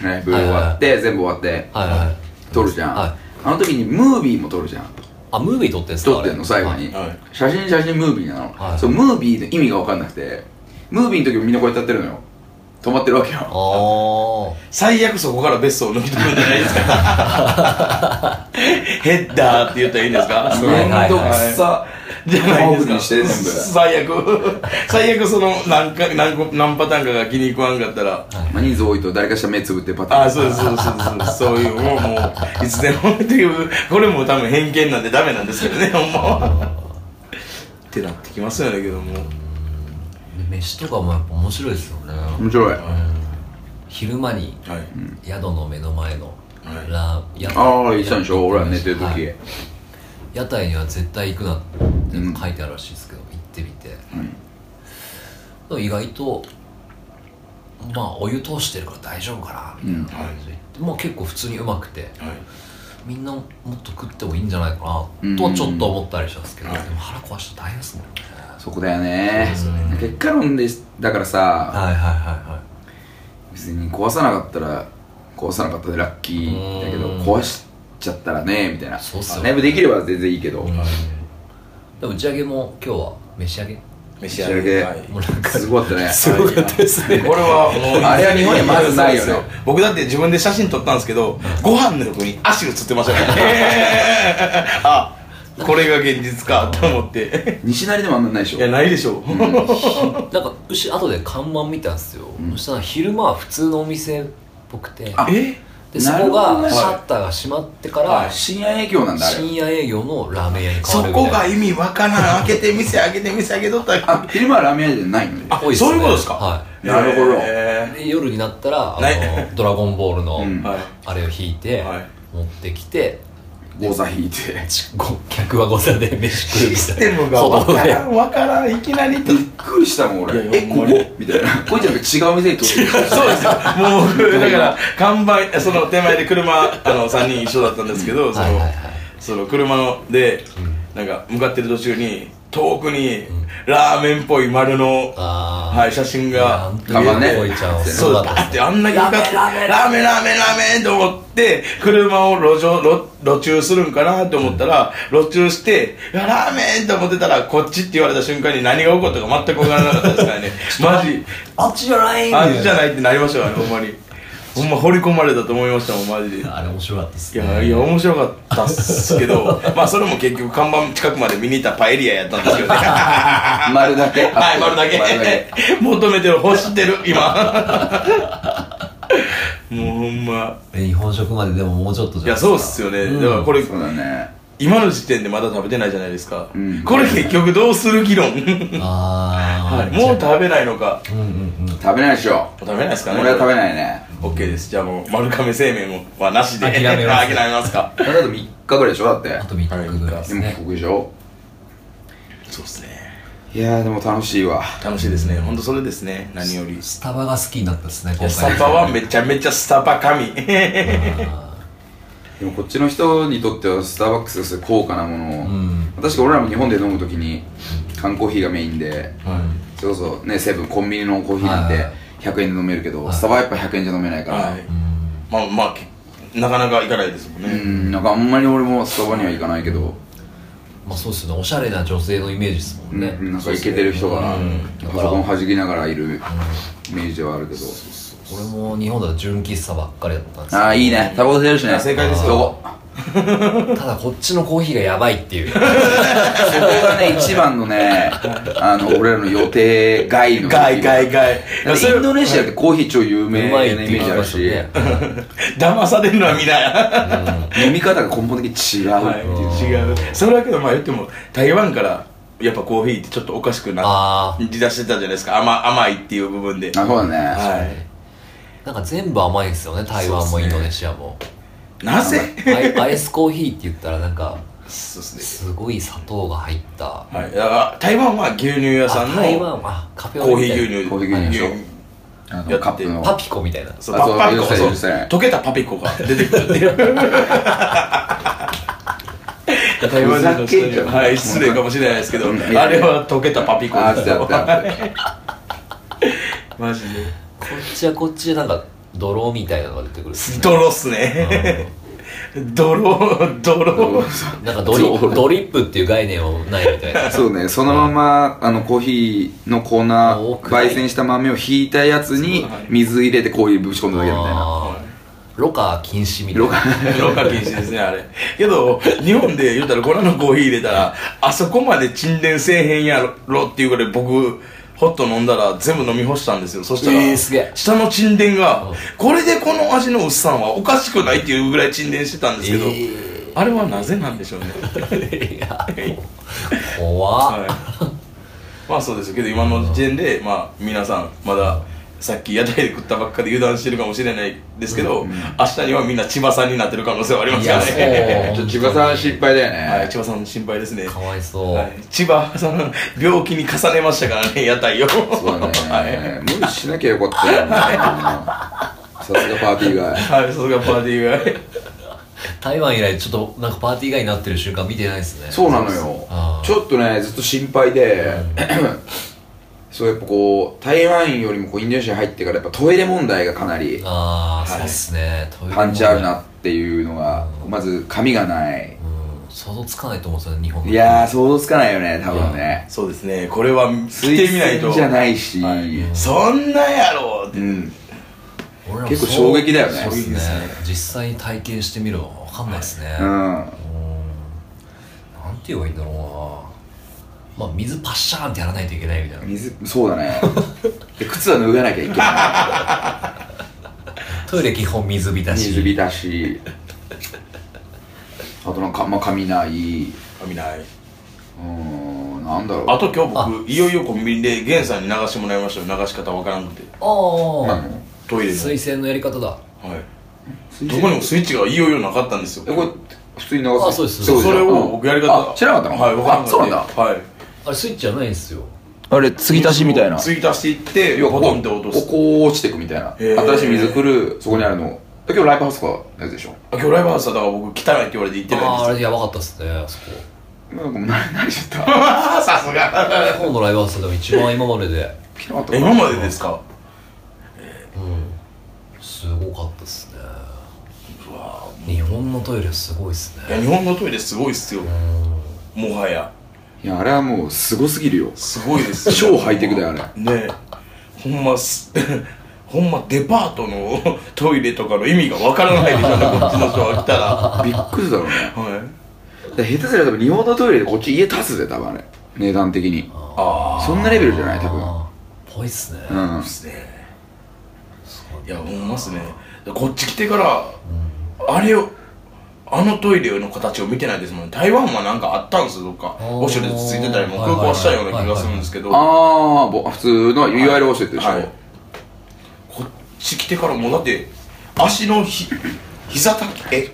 [SPEAKER 3] ライブ終わって全部終わって
[SPEAKER 1] はい、はい
[SPEAKER 3] 撮るじゃん
[SPEAKER 1] はい
[SPEAKER 3] あの時にムービーも撮るじゃん
[SPEAKER 1] あムービー撮ってんすか
[SPEAKER 3] 撮ってんの最後に
[SPEAKER 2] はいはい
[SPEAKER 3] 写真写真ムービーな
[SPEAKER 1] は
[SPEAKER 3] の
[SPEAKER 1] い
[SPEAKER 3] そうムービーの意味が分かんなくてムービーの時もみんなこうやってやってるのよ止まってるわけよ
[SPEAKER 1] ああ
[SPEAKER 2] 最悪そこからベストを抜き取るんじゃないですかヘッダーって言ったらいいんですか
[SPEAKER 1] いはいはい
[SPEAKER 3] めんどくさ
[SPEAKER 2] じゃないですか
[SPEAKER 3] にして全部
[SPEAKER 2] 最悪最悪その何か何個何パターンかが気に食わんかったら
[SPEAKER 3] まあ、人数多いと誰かしら目つぶってパターン
[SPEAKER 2] ああそうですそうですそうですそういうもうもういつでもっていうこれも多分偏見なんでダメなんですけどねほんまはってなってきますよねけども
[SPEAKER 1] 飯とかもやっぱ面白いですよね、
[SPEAKER 3] 面白い
[SPEAKER 1] 昼間に
[SPEAKER 2] はい、
[SPEAKER 1] 宿の目の前の
[SPEAKER 2] はい
[SPEAKER 1] ラー屋台
[SPEAKER 3] ああ言ってたんでしょ俺ら寝てる時、
[SPEAKER 1] はい屋台には絶対行くなって書いてあるらしいですけど、行ってみて、でも意外とまあお湯通してるから大丈夫かなみたいな感じで、まあ結構普通にうまくて
[SPEAKER 2] はい
[SPEAKER 1] みんなもっと食ってもいいんじゃないか
[SPEAKER 3] うん
[SPEAKER 1] なとはちょっと思ったりしたんですけど、
[SPEAKER 2] はい
[SPEAKER 1] でも腹壊したら大変ですもんね
[SPEAKER 3] そこだよね
[SPEAKER 1] そうですよね
[SPEAKER 3] 結果論でだからさ
[SPEAKER 1] はいはいはいはい
[SPEAKER 3] 別に壊さなかったら壊さなかったでラッキーだけど
[SPEAKER 1] うん
[SPEAKER 3] 壊しちゃったらねみたいな
[SPEAKER 1] そうっすよね
[SPEAKER 3] ライブできれば全然いいけど、
[SPEAKER 1] でも打ち上げも今日は飯上げ
[SPEAKER 2] 召
[SPEAKER 3] 仕上げ
[SPEAKER 2] はい
[SPEAKER 1] もう なんか
[SPEAKER 3] すごかったね
[SPEAKER 1] すごかったですね
[SPEAKER 2] これはもう
[SPEAKER 3] あれは日本にはまずないよね
[SPEAKER 2] 僕だって自分で 写真撮ったんですけどご飯の横に足映ってましたからね あこれが現実かと思って
[SPEAKER 3] 西成でもあんなんないでしょ
[SPEAKER 2] いやないでしょう、
[SPEAKER 1] なんか牛後で看板見たんですよ、
[SPEAKER 3] うん
[SPEAKER 1] そしたら昼間は普通のお店っぽくて
[SPEAKER 3] あ
[SPEAKER 2] え
[SPEAKER 1] でそ
[SPEAKER 3] なる
[SPEAKER 1] こ
[SPEAKER 3] ほど
[SPEAKER 1] が
[SPEAKER 3] ね
[SPEAKER 1] シャッターが閉まってから、
[SPEAKER 2] はい
[SPEAKER 3] 深夜営業なんだあれ
[SPEAKER 1] 深夜営業のラーメン屋に変
[SPEAKER 2] そ
[SPEAKER 1] わるみたい
[SPEAKER 2] こ
[SPEAKER 1] な
[SPEAKER 2] が意味わからん開けて店開けて店開けとったら
[SPEAKER 3] あ昼間はラーメン屋じゃないのね
[SPEAKER 2] あ
[SPEAKER 1] 多ですね
[SPEAKER 2] そういうことですか
[SPEAKER 1] は
[SPEAKER 3] なるほど
[SPEAKER 1] い
[SPEAKER 2] え
[SPEAKER 1] で夜になったらあ
[SPEAKER 2] ない
[SPEAKER 1] のドラゴンボールの、
[SPEAKER 3] うん
[SPEAKER 2] ーはい
[SPEAKER 1] あれを引いて、
[SPEAKER 2] はい
[SPEAKER 1] 持ってきて
[SPEAKER 3] ゴ座引いて
[SPEAKER 1] ちご客はご座で飯食うみたいな
[SPEAKER 2] システムがわからんわからんいきなりと
[SPEAKER 3] びっくりしたもん俺
[SPEAKER 2] いや
[SPEAKER 3] え
[SPEAKER 2] いやほ
[SPEAKER 3] こ
[SPEAKER 2] ん
[SPEAKER 3] こ
[SPEAKER 2] まに
[SPEAKER 3] みたいなこいつなんか違う店に撮ってる
[SPEAKER 2] そうですよもうだから看板その手前で車あの3人一緒だったんですけどそ
[SPEAKER 1] はい
[SPEAKER 2] の
[SPEAKER 1] はいはい
[SPEAKER 2] その車でなんか向かってる途中に遠くにラーメンっぽい丸の
[SPEAKER 1] あー
[SPEAKER 2] はい写真が
[SPEAKER 1] い
[SPEAKER 3] や
[SPEAKER 1] や
[SPEAKER 3] あ
[SPEAKER 1] あ
[SPEAKER 3] まあ
[SPEAKER 1] ん
[SPEAKER 3] ね
[SPEAKER 1] ねこいちゃんは
[SPEAKER 2] そうだ
[SPEAKER 1] すごか
[SPEAKER 2] だ
[SPEAKER 1] っ
[SPEAKER 2] った
[SPEAKER 1] で
[SPEAKER 2] てあんなに向かってラーメンラーメンラーメンと思って車を路上路路中するんかなと思ったら路中していやラーメンと思ってたらこっちって言われた瞬間に何が起こったか全く分からなかったですから ねマジ
[SPEAKER 1] すあっちじゃない
[SPEAKER 2] あれじゃ
[SPEAKER 1] い
[SPEAKER 2] ないってなりましたよねほんまにほんま掘り込まれたと思いましたもんマジで
[SPEAKER 1] あれ面白かったっ
[SPEAKER 2] い
[SPEAKER 1] すね
[SPEAKER 2] やいや面白かったっすけどまあそれも結局看板近くまで見に行ったパエリアやったんですけどね
[SPEAKER 3] 丸だけ
[SPEAKER 2] はい丸だけ求めてる欲してる今もうほんま
[SPEAKER 1] え日本食まででももうちょっとじ
[SPEAKER 2] い
[SPEAKER 1] ゃない
[SPEAKER 2] やそうっすよね、
[SPEAKER 1] うん
[SPEAKER 2] だからこれ
[SPEAKER 3] そうだね
[SPEAKER 2] 今の時点でまだ食べてないじゃないですか、
[SPEAKER 3] うん
[SPEAKER 2] これ結局どうする議論、は
[SPEAKER 1] あ
[SPEAKER 2] い
[SPEAKER 1] あ
[SPEAKER 2] もう食べないのか
[SPEAKER 1] うんうんうん
[SPEAKER 3] 食べないでしょ
[SPEAKER 2] もう食べないですかね
[SPEAKER 3] 俺は食べないね
[SPEAKER 2] オッケーですじゃあもう丸亀製麺はなしで
[SPEAKER 1] 諦めます
[SPEAKER 2] 諦めますか
[SPEAKER 3] あと3日ぐらいでしょだって
[SPEAKER 1] あと3日ぐらいです
[SPEAKER 3] でも
[SPEAKER 1] ね
[SPEAKER 3] 帰国でしょ
[SPEAKER 2] そうですね
[SPEAKER 3] いやーでも楽しいわ
[SPEAKER 2] 楽しいですね本当それですね何よりい
[SPEAKER 1] スタバが好きになったですね今
[SPEAKER 2] や
[SPEAKER 1] 回
[SPEAKER 2] スタバはめちゃめちゃスタバ神
[SPEAKER 1] あ
[SPEAKER 3] でもこっちの人にとってはスターバックスがすごい高価なものを、
[SPEAKER 1] ーうん
[SPEAKER 3] 確か俺らも日本で飲むときに缶コーヒーがメインで
[SPEAKER 1] はい
[SPEAKER 3] それこそねセブンコンビニのコーヒーなん
[SPEAKER 1] はい
[SPEAKER 3] て
[SPEAKER 1] はい
[SPEAKER 3] 100円で飲めるけど、
[SPEAKER 1] はい
[SPEAKER 3] スタバはやっぱ100円じゃ飲めないから、
[SPEAKER 2] は
[SPEAKER 1] う
[SPEAKER 2] い
[SPEAKER 1] ん
[SPEAKER 2] まあまあけなかなか行かないですもん
[SPEAKER 3] う
[SPEAKER 2] ね
[SPEAKER 3] んなんかあんまり俺もスタバには行かないけど、
[SPEAKER 1] まあそうっすねおしゃれな女性のイメージですもんね
[SPEAKER 3] うんなんかイケてる人が
[SPEAKER 1] うん
[SPEAKER 3] パソコン弾きながらいるイメージはあるけど、
[SPEAKER 1] 俺も日本だと純喫茶ばっかりだったんですよ
[SPEAKER 3] ああいいねタバコ吸えるしね
[SPEAKER 2] あ正解です
[SPEAKER 1] よ
[SPEAKER 3] そこ
[SPEAKER 1] ただこっちのコーヒーがやばいっていう
[SPEAKER 3] そこがね一番のねあの俺らの予定外の
[SPEAKER 2] ガイガイガイ
[SPEAKER 3] だってインドネシアってコーヒー超有名
[SPEAKER 1] う
[SPEAKER 3] な
[SPEAKER 1] まい
[SPEAKER 3] イ
[SPEAKER 1] って
[SPEAKER 3] メ
[SPEAKER 1] 言
[SPEAKER 3] ージ
[SPEAKER 1] いま
[SPEAKER 3] ある
[SPEAKER 1] し、
[SPEAKER 3] した
[SPEAKER 1] ね
[SPEAKER 2] 騙されるのはみんな
[SPEAKER 3] 飲み方が根本的に違う、
[SPEAKER 2] はい、 違うそれだけどまあ言っても台湾からやっぱコーヒーってちょっとおかしくな
[SPEAKER 1] ああ
[SPEAKER 2] り出してたじゃないですか甘甘いっていう部分で
[SPEAKER 3] あそうだね、
[SPEAKER 2] はい
[SPEAKER 1] なんか全部甘いんですよね台湾
[SPEAKER 2] そう
[SPEAKER 1] も
[SPEAKER 2] っ
[SPEAKER 1] イ
[SPEAKER 2] す
[SPEAKER 1] ン
[SPEAKER 2] ね
[SPEAKER 1] ドネシアも、
[SPEAKER 2] なぜ
[SPEAKER 1] アイアイスコーヒーって言ったらなんか
[SPEAKER 2] そうですね
[SPEAKER 1] すごい砂糖が入った
[SPEAKER 2] はいだから台湾は牛乳屋さん
[SPEAKER 1] あ
[SPEAKER 2] の
[SPEAKER 1] 台湾はカフェオレ
[SPEAKER 2] コーヒ
[SPEAKER 1] みたいな
[SPEAKER 3] コーヒー
[SPEAKER 2] ー牛乳
[SPEAKER 3] 牛乳でしょ
[SPEAKER 2] 牛乳
[SPEAKER 3] あ
[SPEAKER 2] や
[SPEAKER 3] の
[SPEAKER 2] って
[SPEAKER 3] カップの
[SPEAKER 1] パピコみたいな
[SPEAKER 2] そう
[SPEAKER 3] あ
[SPEAKER 2] パ
[SPEAKER 3] そう
[SPEAKER 2] パピコ
[SPEAKER 3] 許せ
[SPEAKER 2] そう
[SPEAKER 3] 許せ
[SPEAKER 2] 溶けたパピコが出てくるっていう台湾人
[SPEAKER 3] ふざ
[SPEAKER 2] の人
[SPEAKER 3] けん
[SPEAKER 2] に
[SPEAKER 3] じゃ
[SPEAKER 2] は
[SPEAKER 3] ん
[SPEAKER 2] はい失礼かもしれないですけどあ
[SPEAKER 3] うん
[SPEAKER 2] れは溶けたパピコ
[SPEAKER 3] あー
[SPEAKER 2] で
[SPEAKER 3] っ
[SPEAKER 2] す
[SPEAKER 3] てや
[SPEAKER 2] よ
[SPEAKER 3] ってやって
[SPEAKER 2] マジで
[SPEAKER 1] こっちはこっちでなんか泥みたいなのが出てくるんですね
[SPEAKER 2] 泥っすね泥泥
[SPEAKER 1] なんかド リップドリップっていう概念はないみたい な
[SPEAKER 3] そうねそのままあのコーヒーのコーナー
[SPEAKER 1] 多くない
[SPEAKER 3] 焙煎した豆をひいたやつに
[SPEAKER 2] そうはい
[SPEAKER 3] 水入れてコーヒーぶち込んだだけみたいな
[SPEAKER 1] あーろ過禁止みたいな
[SPEAKER 3] ろ過
[SPEAKER 2] ロカ禁止ですねあれけど日本で言ったら粉のコーヒー入れたらあそこまで沈殿せえへんやろっていうぐらい僕ホット飲んだら全部飲み干したんですよそしたら、
[SPEAKER 1] えーすげえ
[SPEAKER 2] 下の沈殿が
[SPEAKER 1] うん
[SPEAKER 2] これでこの味の薄さんはおかしくないっていうぐらい沈殿してたんですけど、
[SPEAKER 1] え
[SPEAKER 2] あれはなぜなんでしょうね
[SPEAKER 1] ーいや怖っ、
[SPEAKER 2] はいまあそうですけど今の時点でまあ皆さんまださっき屋台で食ったばっかで油断してるかもしれないですけど、明日にはみんな千葉さんになってる可能性はありますから
[SPEAKER 1] いやそう
[SPEAKER 2] ね
[SPEAKER 3] ちょっと千葉さん心配だよね、
[SPEAKER 2] はい、千葉さん心配ですね。
[SPEAKER 1] かわいそう、
[SPEAKER 2] はい、千葉さん、病気に重ねましたからね、屋台を。
[SPEAKER 3] そうだね、
[SPEAKER 2] はい
[SPEAKER 3] 無理しなきゃよかったよ、ね、さすがパーティーガイ
[SPEAKER 2] はい、さすがパーティー
[SPEAKER 1] 台湾以来ちょっとなんかパーティー以外になってる瞬間見てないですね
[SPEAKER 3] そうなのよ
[SPEAKER 1] あー
[SPEAKER 3] ちょっとねずっと心配で、そうやっぱこう台湾よりもこうインドネシア入ってからやっぱトイレ問題がかなり
[SPEAKER 1] ああ、
[SPEAKER 2] はい
[SPEAKER 1] そうっすねトイレ
[SPEAKER 3] パンチあるなっていうのがまず髪がない
[SPEAKER 1] うん想像つかないと思うんですよね日本
[SPEAKER 3] いやー想像つかないよね多分
[SPEAKER 2] が。
[SPEAKER 3] ね
[SPEAKER 2] そうですね、これは来てみない
[SPEAKER 3] 推
[SPEAKER 2] と。
[SPEAKER 3] 薦じゃないし、
[SPEAKER 2] はいそんなやろって。
[SPEAKER 3] うん
[SPEAKER 1] 俺らも
[SPEAKER 3] 結
[SPEAKER 1] そ
[SPEAKER 3] 構
[SPEAKER 1] う
[SPEAKER 3] 衝撃だよね
[SPEAKER 1] そうっす
[SPEAKER 2] 衝撃
[SPEAKER 1] ね
[SPEAKER 2] ですね
[SPEAKER 1] 実際に体験してみるの分かんないですね、
[SPEAKER 3] うん
[SPEAKER 1] うんなんて言えばいいんだろうなまあ水パッシャーンってやらないといけないみたいな
[SPEAKER 3] 水そうだねで靴は脱がなきゃいけない
[SPEAKER 1] トイレ基本水浸し
[SPEAKER 3] 水浸し あとなんかあんま髪ないうん
[SPEAKER 2] 見ない
[SPEAKER 3] なんだろう
[SPEAKER 2] あと今日
[SPEAKER 1] あ
[SPEAKER 2] 僕いよいよコンビニで源さんに流してもらいましたよ流し方わからんくて
[SPEAKER 1] あ
[SPEAKER 3] な
[SPEAKER 1] あ
[SPEAKER 3] の
[SPEAKER 2] トイレの
[SPEAKER 1] 水洗のやり方だ
[SPEAKER 2] はい
[SPEAKER 3] 水
[SPEAKER 2] ど
[SPEAKER 3] 洗
[SPEAKER 2] こにもスイッチがいよいよなかったんですよ
[SPEAKER 3] えこれ普通に流す
[SPEAKER 1] あそうです
[SPEAKER 2] そうそれ
[SPEAKER 3] う
[SPEAKER 2] を
[SPEAKER 3] ん
[SPEAKER 2] 僕やり方
[SPEAKER 3] あ知らなかったの
[SPEAKER 2] はいわから
[SPEAKER 3] あ
[SPEAKER 2] んかった
[SPEAKER 3] そうなんだ
[SPEAKER 2] はい
[SPEAKER 1] あれスイッチじゃないんですよ
[SPEAKER 3] あれ継ぎ足しみたいな
[SPEAKER 2] 継ぎ足していって
[SPEAKER 3] 要は
[SPEAKER 2] ボトンって落
[SPEAKER 3] こ
[SPEAKER 2] と
[SPEAKER 3] う
[SPEAKER 2] す
[SPEAKER 3] ここ落ちてくみたいな
[SPEAKER 2] へー
[SPEAKER 3] 新しい水来るそこにあるの今日ライブハウスかのやつでしょ
[SPEAKER 2] あ今日ライブハウスだから僕汚いって言われて行ってないん
[SPEAKER 1] あ
[SPEAKER 2] で
[SPEAKER 1] あ
[SPEAKER 2] す
[SPEAKER 1] あ
[SPEAKER 2] よ
[SPEAKER 1] れやばかったっすねあそこ
[SPEAKER 3] なんかもう慣れ慣れちゃ った
[SPEAKER 2] あーさすが
[SPEAKER 1] 日本のライブハウスでも一番今までで
[SPEAKER 3] ピロッと
[SPEAKER 2] 今までですか
[SPEAKER 1] うんすごかったっすね日本のトイレすごいっす
[SPEAKER 2] いや
[SPEAKER 1] ね
[SPEAKER 2] 日本のトイレすごいっすよ
[SPEAKER 1] うん
[SPEAKER 2] もはや
[SPEAKER 3] いやあれはもうすごすぎるよ
[SPEAKER 2] すごい です
[SPEAKER 3] 超ハイテクだよあれ
[SPEAKER 2] ねえほんます、 ほんまデパートの トイレとかの意味がわからないでし ょうね、こっちの人が来たら。 は
[SPEAKER 3] びっくりだろうね
[SPEAKER 2] い。
[SPEAKER 3] だから下手すりゃ多分日本のトイレでこっち家足すぜ多分あれ値段的に
[SPEAKER 2] あ
[SPEAKER 3] そんなレベルじゃない多分
[SPEAKER 1] あーぽいっすね
[SPEAKER 3] うん
[SPEAKER 2] あ。ですね。
[SPEAKER 1] すごい
[SPEAKER 2] いや、ほんますね。こっち来てから、あれを、あのトイレの形を見てないですもん。台湾はなんかあったんですよ、どっか。
[SPEAKER 1] あー
[SPEAKER 2] ウォシュレットついてたりも、空港はしたような気がするんですけど。
[SPEAKER 3] ああぼ普通のいわゆるオシェットでしょ、
[SPEAKER 2] はいこっち来てからもうだって足のひ膝たえ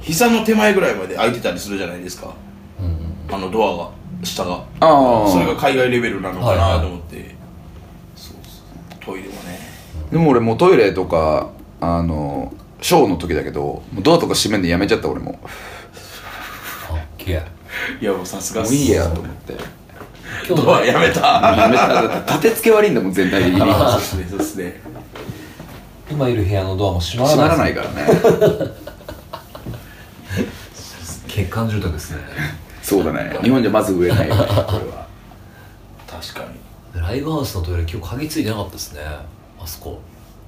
[SPEAKER 2] 膝の手前ぐらいまで開いてたりするじゃないですか
[SPEAKER 1] うん
[SPEAKER 2] あのドアが下が
[SPEAKER 3] ああ
[SPEAKER 2] それが海外レベルなのか
[SPEAKER 1] はいは
[SPEAKER 2] ないと思って、そうそうトイレはね
[SPEAKER 3] でも俺もうトイレとかあのショーの時だけどもうドアとか閉めんでやめちゃった俺も
[SPEAKER 1] かっけえ
[SPEAKER 2] いやもうさすが
[SPEAKER 3] も
[SPEAKER 2] っ
[SPEAKER 3] う
[SPEAKER 2] す
[SPEAKER 3] いいやと思って
[SPEAKER 1] 今日
[SPEAKER 2] ド
[SPEAKER 1] の
[SPEAKER 2] アやめた
[SPEAKER 3] やめただって立て付け悪いんだもん全体的に閉
[SPEAKER 2] そうですねそうですね
[SPEAKER 1] 今いる部屋のドアも閉まらない
[SPEAKER 3] まらないからね
[SPEAKER 1] 欠陥住宅ですね
[SPEAKER 3] そうだね日本じゃまず売れないよねこれは
[SPEAKER 2] 確かに
[SPEAKER 1] ライブハウスのトイレ今日鍵ついてなかったですねあそこ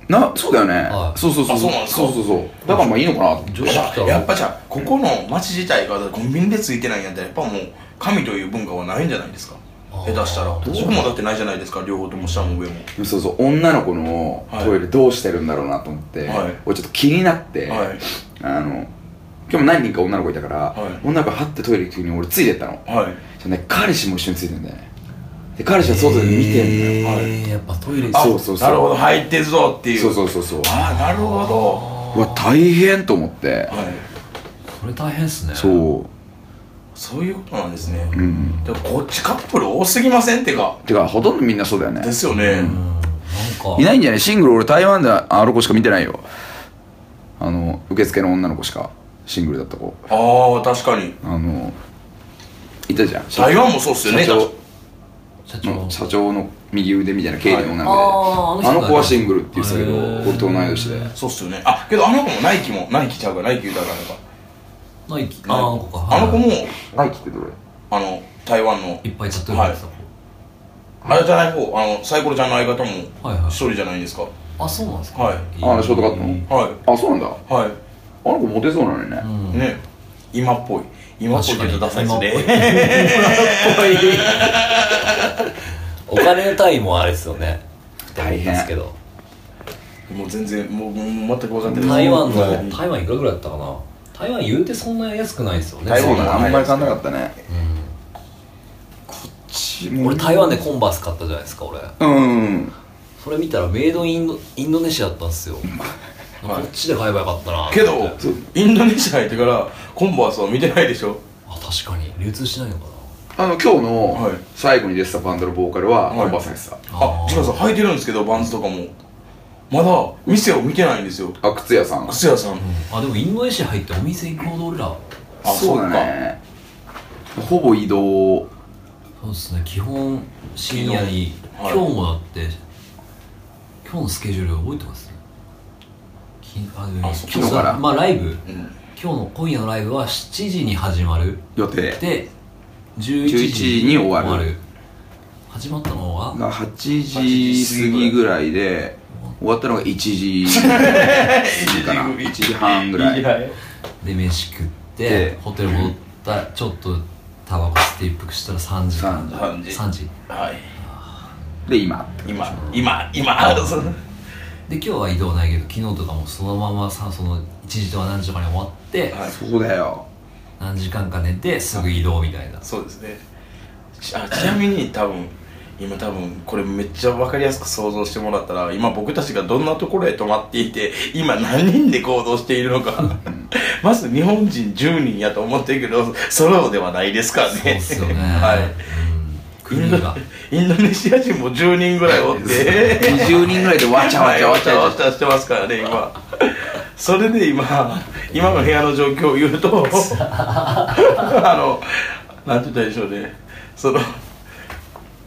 [SPEAKER 3] なそうだよね、
[SPEAKER 1] はい
[SPEAKER 3] そうそうそう
[SPEAKER 2] あそうなんですか
[SPEAKER 3] そうそうそうだからまあいいのかなと思って
[SPEAKER 1] 女子来たら
[SPEAKER 2] やっぱじゃあここの町自体がコンビニでついてないんやったらやっぱもう神という文化はないんじゃないですか
[SPEAKER 1] あ
[SPEAKER 2] 下
[SPEAKER 1] ー
[SPEAKER 2] 手したら
[SPEAKER 1] どう
[SPEAKER 2] 僕もだってないじゃないですか両方とも下も上も
[SPEAKER 3] そうそう女の子のトイレどうしてるんだろうなと思って、
[SPEAKER 2] はい
[SPEAKER 3] 俺ちょっと気になって、
[SPEAKER 2] はい
[SPEAKER 3] あの今日も何人か女の子いたから、
[SPEAKER 2] はい
[SPEAKER 3] 女の子はってトイレ行く時に俺ついてったの
[SPEAKER 2] はい
[SPEAKER 3] じゃね彼氏も一緒についてんだよねで彼氏は外で見てんだよ、
[SPEAKER 1] えーやっぱトイレ
[SPEAKER 2] あ
[SPEAKER 3] そうそうそう
[SPEAKER 2] なるほど入ってるぞっていう
[SPEAKER 3] そうそうそうそう
[SPEAKER 2] ああなるほ
[SPEAKER 3] うわ大変と思って、
[SPEAKER 2] どはい
[SPEAKER 1] それ大変っすね
[SPEAKER 3] そ
[SPEAKER 2] そういうことなんですね
[SPEAKER 3] ううん
[SPEAKER 2] でもこっちカップル多すぎませんってか
[SPEAKER 3] てかほとんどみんなそうだよね
[SPEAKER 2] ですよね
[SPEAKER 1] うんなんか
[SPEAKER 3] いないんじゃないシングル俺台湾であの子しか見てないよあの受付の女の子しかシングルだった子
[SPEAKER 2] ああ確かに
[SPEAKER 3] あのいたじゃん
[SPEAKER 2] 台湾もそうっすよね
[SPEAKER 3] 社長
[SPEAKER 1] 社長
[SPEAKER 3] の社長の右腕みたいな経理の女の子で、
[SPEAKER 1] はいあーあの人
[SPEAKER 3] あの子はシングルって言ってたけ
[SPEAKER 1] へ
[SPEAKER 3] ど
[SPEAKER 1] ー
[SPEAKER 3] 僕と同い年で
[SPEAKER 2] そうっすよねあけどあの子もナイキもナイキちゃうかナイキ歌うかなんか
[SPEAKER 1] ナイキああの子か
[SPEAKER 2] あの子も
[SPEAKER 3] ナイキってどれ
[SPEAKER 2] あの台湾の
[SPEAKER 1] いっぱいチャットやってた子
[SPEAKER 2] あれじゃない方あのサイコロちゃんの相方も
[SPEAKER 1] はいはい
[SPEAKER 2] 一人じゃないですかは
[SPEAKER 1] あそうなんですか
[SPEAKER 2] はい
[SPEAKER 3] あのショートカットの
[SPEAKER 2] い
[SPEAKER 3] あそうなんだあ
[SPEAKER 2] は
[SPEAKER 3] の子モテそうなのにね、
[SPEAKER 2] いね今っぽい今っぽいって言うとダサいですね
[SPEAKER 1] お金の単位もあれですよね
[SPEAKER 3] 大変
[SPEAKER 1] ですけど
[SPEAKER 2] もう全然もうもう全く分かってない
[SPEAKER 1] 台湾
[SPEAKER 2] は
[SPEAKER 1] の
[SPEAKER 2] い
[SPEAKER 1] 台湾いくらぐらいだったかな台湾言うてそんな安くないですよね
[SPEAKER 2] 台
[SPEAKER 3] そう
[SPEAKER 2] 湾
[SPEAKER 3] だねあんまり変わんなかったね
[SPEAKER 1] 俺台湾でコンバース買ったじゃないですか俺
[SPEAKER 3] うん
[SPEAKER 1] それ見たらメイドインドインドネシアだったんですよこっちで買えばよかったな
[SPEAKER 2] け
[SPEAKER 1] と思
[SPEAKER 2] ど
[SPEAKER 1] って
[SPEAKER 2] インドネシア入ってからコンバースは見てないでしょ
[SPEAKER 1] あ確かに流通しないのかな
[SPEAKER 3] あの今日の
[SPEAKER 2] はい
[SPEAKER 3] 最後に出てたバンドのボーカルは
[SPEAKER 2] はい
[SPEAKER 3] コンバースです
[SPEAKER 2] あ違うさん履いてるんですけどバンズとかもまだ店を見てないんですよ
[SPEAKER 3] あ靴屋さん
[SPEAKER 2] 靴屋さん
[SPEAKER 1] あでもインドネシア入ってお店行くほど俺ら
[SPEAKER 2] あ
[SPEAKER 3] そうだねほぼ移動
[SPEAKER 1] そうですね基本深夜に
[SPEAKER 2] は
[SPEAKER 1] 今
[SPEAKER 2] い
[SPEAKER 1] 日もだって今日のスケジュール覚えてますきあでも
[SPEAKER 2] あそう
[SPEAKER 3] 昨日から
[SPEAKER 1] まあライブ
[SPEAKER 2] そっかうん
[SPEAKER 1] 今日の今夜のライブは7時に始まる
[SPEAKER 3] 予定
[SPEAKER 1] で11
[SPEAKER 3] 11時に終わる
[SPEAKER 1] 始まったのは
[SPEAKER 3] が8時過ぎぐらいで終わったのが1時 かな1時半ぐらい
[SPEAKER 2] はい
[SPEAKER 1] で飯食って
[SPEAKER 3] で
[SPEAKER 1] ホテル戻ったらちょっとタバコ吸って一服したら3時
[SPEAKER 3] 3時
[SPEAKER 2] 3時
[SPEAKER 1] 3時
[SPEAKER 2] はい
[SPEAKER 3] で今って
[SPEAKER 2] 今今 今そう
[SPEAKER 1] で今日は移動ないけど昨日とかもそのままさその1時とか何時とかに終わって、
[SPEAKER 2] はい
[SPEAKER 3] そうだよ
[SPEAKER 1] 何時間か寝てすぐ移動みたいな
[SPEAKER 2] そうですねちあちなみに多分今多分これめっちゃ分かりやすく想像してもらったら今僕たちがどんなところへ泊まっていて今何人で行動しているの かまず日本人10人やと思ってるけどソロではないですからね
[SPEAKER 1] そうっすよね
[SPEAKER 2] は
[SPEAKER 1] うん、
[SPEAKER 2] いイン
[SPEAKER 1] 国
[SPEAKER 2] ド
[SPEAKER 1] が
[SPEAKER 2] インドネシア人も10人ぐらいおって
[SPEAKER 3] 20人ぐらいでわちゃわちゃわちゃわ
[SPEAKER 2] わ
[SPEAKER 3] ち
[SPEAKER 2] ちゃしてますからね今それで今今の部屋の状況を言うと あのなんて言ったらいいでしょうねその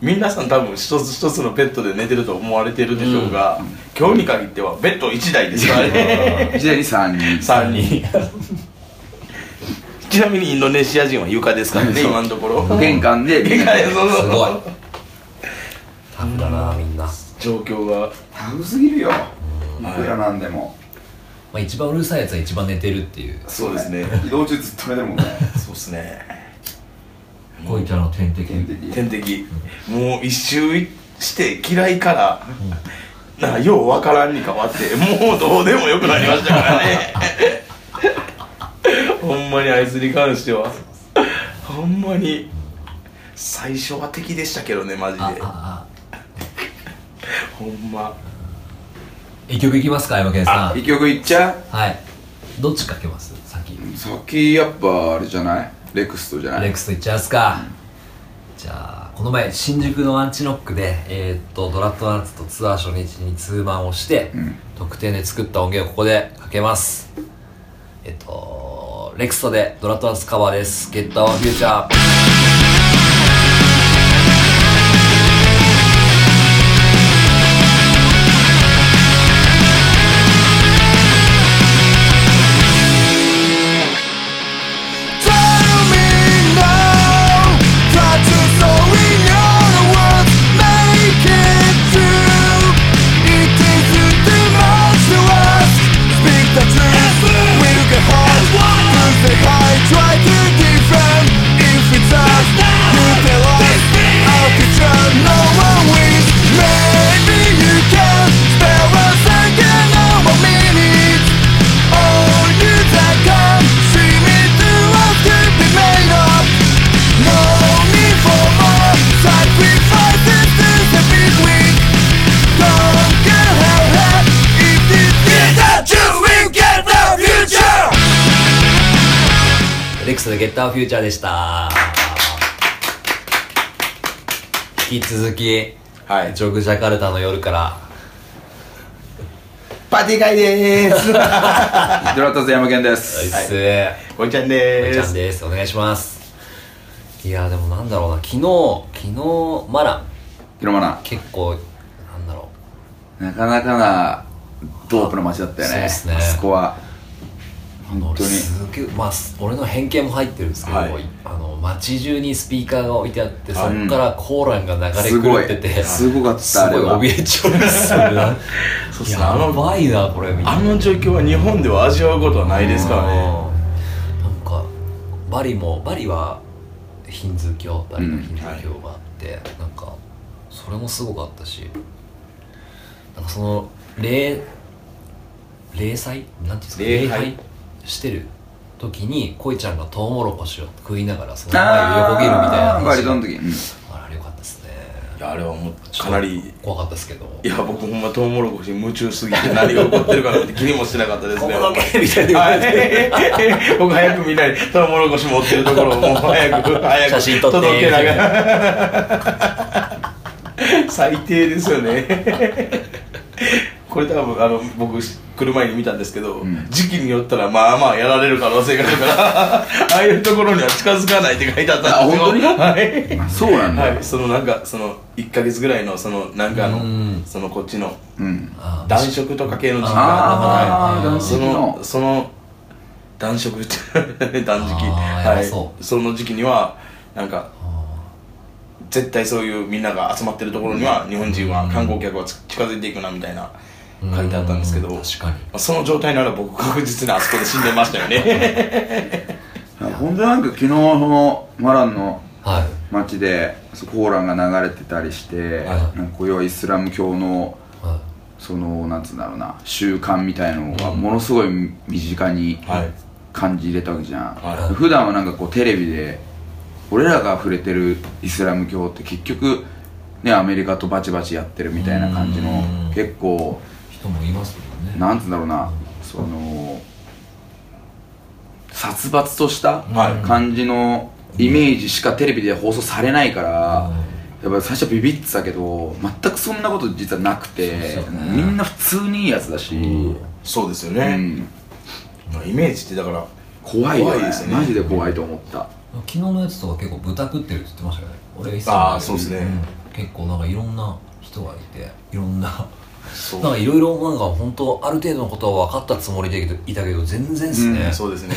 [SPEAKER 2] 皆さん多分一つ一つのベッドで寝てると思われてるでしょうが、今日に限ってはベッド1台ですか らね
[SPEAKER 3] ゃ時代に3人
[SPEAKER 2] 3人ちなみにインドネシア人は床ですからね今のところ
[SPEAKER 3] 玄関でみんな
[SPEAKER 2] そうそう
[SPEAKER 1] すごいタフだなみんな、ま
[SPEAKER 2] 状況が
[SPEAKER 3] タフすぎるよいくらなんでも
[SPEAKER 1] あ、一番うるさいやつは一番寝てるっていう
[SPEAKER 2] そうですね
[SPEAKER 3] 移動中ずっと寝てるもんね
[SPEAKER 2] そうですね
[SPEAKER 1] こいちゃんの天敵
[SPEAKER 3] 点滴
[SPEAKER 2] 天敵もう一周して嫌いからなんかようわからんに変わってもうどうでもよくなりましたからねほんまにあいつに関してはほんまに最初は敵でしたけどねマジで
[SPEAKER 1] あああ
[SPEAKER 2] ほんま
[SPEAKER 1] 一曲いきますか山健さん
[SPEAKER 3] 一曲いっちゃう
[SPEAKER 1] はいどっちかけます先
[SPEAKER 3] 先やっぱあれじゃないレクストじゃな
[SPEAKER 1] レ
[SPEAKER 3] い
[SPEAKER 1] ックスといっちゃいますか、じゃあこの前新宿のアンチノックで、えーっとドラッドナッツとツアー初日にツーマンをして、
[SPEAKER 3] ん
[SPEAKER 1] 特典で作った音源をここでかけますえっとレクストでドラッドナッツカバーです「ゲットアワーフューチャー」
[SPEAKER 4] Try to defend if it's us You tell us I'll teach you no one wins Maybe you can spare a second or a minute All you that can see me do what could be made up No need for more sacrifices to the big week Don't care how hard it is Get that you will get the future
[SPEAKER 1] レックスでゲッターフューチャーでした。引き続き、
[SPEAKER 2] はい
[SPEAKER 1] ジョグジャカルタの夜から、
[SPEAKER 2] パティ会でーす
[SPEAKER 3] ドラッタズ山健で
[SPEAKER 1] アイ
[SPEAKER 3] す
[SPEAKER 1] ス、
[SPEAKER 2] こいちゃん
[SPEAKER 1] おい
[SPEAKER 2] で
[SPEAKER 1] ち
[SPEAKER 2] ー
[SPEAKER 1] ゃん
[SPEAKER 2] す
[SPEAKER 1] です。お願いします。いやーでもなんだろうな、昨日、昨日、マラン、
[SPEAKER 3] ヒロマナ
[SPEAKER 1] 結構、なんだろ
[SPEAKER 3] なかなかなドープの街だったよね
[SPEAKER 1] そうっすね
[SPEAKER 3] あそこは
[SPEAKER 1] う、あの
[SPEAKER 3] 本当に
[SPEAKER 1] すげえ、まあ、す俺の偏見も入ってるんですけど、
[SPEAKER 2] はい
[SPEAKER 1] あの、街中にスピーカーが置いてあって、そ
[SPEAKER 2] はい
[SPEAKER 1] っからコーランが
[SPEAKER 3] す
[SPEAKER 1] 流れ
[SPEAKER 3] ご
[SPEAKER 1] 狂
[SPEAKER 3] い
[SPEAKER 1] ってて、
[SPEAKER 3] すごかった
[SPEAKER 1] すごい
[SPEAKER 3] あれは
[SPEAKER 1] 怯えちゃうんですよ ね
[SPEAKER 2] そうっすねあ
[SPEAKER 1] や
[SPEAKER 2] の
[SPEAKER 1] ばいな、これ、みたいな
[SPEAKER 2] あ。の状況は日本では味わうことはないですからね
[SPEAKER 1] うんなんかバリもバリはヒンズー教バリのヒンズー教があって、なんかそれもすごかったしなんかその礼礼祭なんていうんですか
[SPEAKER 2] 礼拝
[SPEAKER 1] してる時に恋ちゃんがトウモロコシを食いながらその前を横切るみたいな
[SPEAKER 3] あー
[SPEAKER 1] 話
[SPEAKER 3] バリドンの時うん
[SPEAKER 1] あれよかったですね
[SPEAKER 2] いやあれはもうかなり
[SPEAKER 1] 怖かったですけど
[SPEAKER 2] いや僕ほんまトウモロコシ夢中すぎて何が起こってるかなって気にもしてなかったですね
[SPEAKER 1] みたい
[SPEAKER 2] はい、 僕早くみんなにトウモロコシ持ってるところをもう早く早く
[SPEAKER 1] 写真撮って
[SPEAKER 2] 届けながら最低ですよねこれ多分あの僕来る前に見たんですけど、
[SPEAKER 3] ん
[SPEAKER 2] 時期によったらまあまあやられる可能性があるからああいうところには近づかないって書いてあったんですよ
[SPEAKER 3] あ本当に
[SPEAKER 2] はい
[SPEAKER 3] そうなんだ
[SPEAKER 2] はい、そのなんかその1か月ぐらいのそのなんかあ
[SPEAKER 1] う
[SPEAKER 2] の
[SPEAKER 1] ん
[SPEAKER 2] そのこっちの
[SPEAKER 3] うん
[SPEAKER 1] あ
[SPEAKER 2] 暖色とか系の時間
[SPEAKER 1] ー
[SPEAKER 3] あ
[SPEAKER 2] はい
[SPEAKER 1] 暖
[SPEAKER 2] そ
[SPEAKER 3] 色
[SPEAKER 2] の
[SPEAKER 3] の
[SPEAKER 2] その暖色って 断食
[SPEAKER 1] あー
[SPEAKER 2] は
[SPEAKER 1] やばそ
[SPEAKER 2] いその時期にはなんか絶対そういうみんなが集まってるところには日本人は観光客はつ近づいていくなみたいな書いてあったんですけど
[SPEAKER 1] うん確かに
[SPEAKER 2] まあその状態なら僕確実にあそこで死んでましたよね
[SPEAKER 3] なんかほんでなんか昨日そのマランの
[SPEAKER 1] はい
[SPEAKER 3] 街でそうコーランが流れてたりして、
[SPEAKER 1] はい
[SPEAKER 3] なんかこう要はイスラム教の
[SPEAKER 1] は
[SPEAKER 3] そのなんつうんだろうな習慣みたいのがものすごい身近に
[SPEAKER 2] はい
[SPEAKER 3] 感じ入れたわけじゃん、
[SPEAKER 2] はい
[SPEAKER 3] 普段はなんかこうテレビで俺らが触れてるイスラム教って結局ねアメリカとバチバチやってるみたいな感じの
[SPEAKER 1] うん
[SPEAKER 3] 結構
[SPEAKER 1] い人もいますもんね
[SPEAKER 3] なんつうんだろうなその殺伐とした
[SPEAKER 2] はい
[SPEAKER 3] 感じのイメージしかテレビで放送されないから、やっぱり最初ビビってたけど全くそんなこと実はなくて、
[SPEAKER 1] そうそう
[SPEAKER 3] みんな普通にいいやつだし、うん
[SPEAKER 2] そうですよね、イメージってだから
[SPEAKER 3] 怖いよね
[SPEAKER 2] 怖いですね
[SPEAKER 3] マジで怖いと思った、
[SPEAKER 1] 昨日のやつとか結構豚食ってるって言ってましたよね俺一
[SPEAKER 2] ああそうですね、
[SPEAKER 1] うん結構なんかいろんな人がいていろんな
[SPEAKER 2] そ
[SPEAKER 1] なんかいろいろなんか本当ある程度のことは分かったつもりでいたけど全然ですね、
[SPEAKER 2] そうですね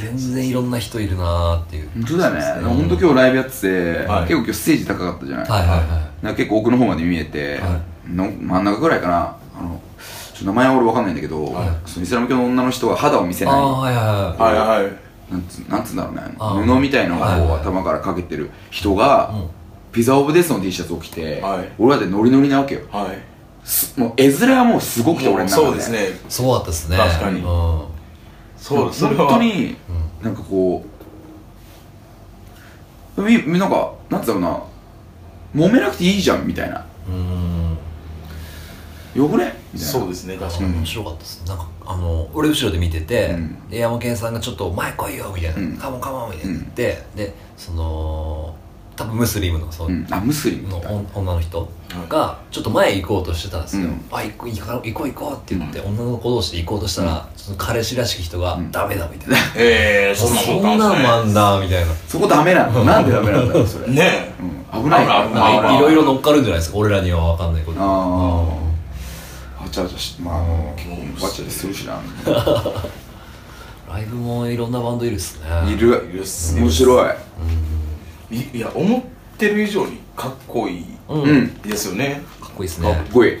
[SPEAKER 1] 全然いろんな人いるなーっていう
[SPEAKER 3] 本当だよね
[SPEAKER 1] そうです
[SPEAKER 3] 本当今日ライブやってて、
[SPEAKER 2] はい
[SPEAKER 3] 結構今日ステージ高かったじゃない、
[SPEAKER 1] はいはいは
[SPEAKER 3] なんか結構奥の方まで見えて、
[SPEAKER 1] は
[SPEAKER 3] の真ん中ぐらいかなあのちょっと名前は俺わかんないんだけど、
[SPEAKER 1] はい
[SPEAKER 3] そのイスラム教の女の人が肌を見せ
[SPEAKER 1] い
[SPEAKER 3] ない
[SPEAKER 1] ああはいはいは
[SPEAKER 2] はいはい
[SPEAKER 3] なんつなんつうんだろうね
[SPEAKER 1] あー
[SPEAKER 3] 布みたいなのを
[SPEAKER 1] はいはいはい
[SPEAKER 3] 頭からかけてる人が、
[SPEAKER 1] うん
[SPEAKER 3] ピザ・オブ・デスの T シャツを着て、
[SPEAKER 2] はい
[SPEAKER 3] 俺らでノリノリなわけよ
[SPEAKER 2] はい
[SPEAKER 3] すもう絵面はもうすごくて俺の中で
[SPEAKER 2] そうですね
[SPEAKER 1] いそうだったですね
[SPEAKER 2] 確か
[SPEAKER 1] う
[SPEAKER 2] に
[SPEAKER 1] ん、
[SPEAKER 2] そうそれ
[SPEAKER 3] 本
[SPEAKER 2] は
[SPEAKER 3] 当になんかこうみなんかなんつうんだろうな揉めなくていいじゃんみたいな
[SPEAKER 1] うん
[SPEAKER 3] 汚れみたいな
[SPEAKER 2] そうですね確かに、
[SPEAKER 1] 面白かったですなんかあの俺後ろで見てて、
[SPEAKER 3] うん
[SPEAKER 1] で山健さんがちょっと「前来いよ」みたいな「
[SPEAKER 3] うん
[SPEAKER 1] カモンカモン」みたいな言って、でその多分ムスリムのその、
[SPEAKER 3] うん、あムスリム
[SPEAKER 1] の
[SPEAKER 3] だった
[SPEAKER 1] お女の人がちょっと前行こうとしてたんですよ、
[SPEAKER 3] うん
[SPEAKER 1] あ行こう行こう行こう行こうって言って、女の子同士で行こうとしたら、ちょっと彼氏らしき人が、
[SPEAKER 3] ん
[SPEAKER 1] ダメだみたいな
[SPEAKER 2] ええそんな
[SPEAKER 1] そ
[SPEAKER 2] こ
[SPEAKER 1] ん
[SPEAKER 2] と
[SPEAKER 1] なんも
[SPEAKER 2] あ
[SPEAKER 1] あんだみたいな
[SPEAKER 3] そこダメなんだなんでダメなんだよそれ、
[SPEAKER 2] んですねね
[SPEAKER 3] うん、危ないから
[SPEAKER 2] 危ない
[SPEAKER 1] なん
[SPEAKER 2] ま
[SPEAKER 1] か
[SPEAKER 2] あ
[SPEAKER 1] いろいろ乗っかるんじゃないですか俺らには分かんないこと
[SPEAKER 3] ああわちゃわちゃしまあ結
[SPEAKER 2] うん
[SPEAKER 3] 構わちゃわちゃするしな
[SPEAKER 1] ライブもいろんなバンドいるっすね
[SPEAKER 3] いる
[SPEAKER 2] えいるっすね
[SPEAKER 3] 面白い
[SPEAKER 2] いいや思ってる以上にかっこいい
[SPEAKER 1] うん、
[SPEAKER 3] うん
[SPEAKER 1] か
[SPEAKER 2] ですよね
[SPEAKER 1] っこいいっす
[SPEAKER 3] かっ
[SPEAKER 1] ね
[SPEAKER 3] こいい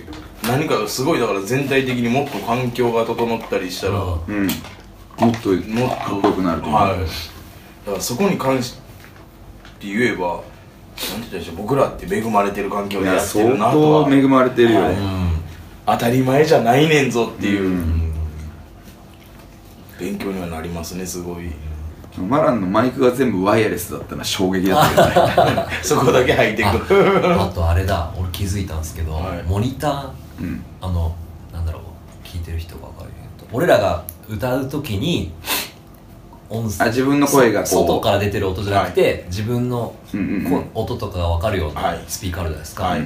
[SPEAKER 2] 何かすごいだから全体的にもっと環境が整ったりしたら、
[SPEAKER 1] うん
[SPEAKER 2] もっ
[SPEAKER 3] うんもっと
[SPEAKER 2] と
[SPEAKER 3] かっこよくなると思う、
[SPEAKER 2] はいだからそこに関して言えばなんて言ったらいいんでしょう僕らって恵まれてる環境
[SPEAKER 3] い
[SPEAKER 2] で
[SPEAKER 3] や
[SPEAKER 2] やってる
[SPEAKER 3] 相
[SPEAKER 2] なと
[SPEAKER 3] 当
[SPEAKER 2] は
[SPEAKER 3] 恵まれてるよ、
[SPEAKER 2] は
[SPEAKER 1] う
[SPEAKER 2] い
[SPEAKER 1] ん
[SPEAKER 2] 当たり前じゃないねんぞってい
[SPEAKER 3] う
[SPEAKER 2] う、
[SPEAKER 3] ん
[SPEAKER 2] 勉強にはなりますねすごい
[SPEAKER 3] マランのマイクが全部ワイヤレスだったのは衝撃だったけどね
[SPEAKER 2] そこだけハイテク
[SPEAKER 1] あとあれだ俺気づいたんですけど、
[SPEAKER 2] はい
[SPEAKER 1] モニター
[SPEAKER 3] うん
[SPEAKER 1] あのなんだろう聞いてる人が分かるけど俺らが歌う時に音声
[SPEAKER 3] あ自分の声がこう
[SPEAKER 1] そ外から出てる音じゃなくて、自分のこ、
[SPEAKER 3] うんうんうん
[SPEAKER 1] 音とかが分かるような
[SPEAKER 2] はい
[SPEAKER 1] スピーカーあるじゃないですか、
[SPEAKER 2] はい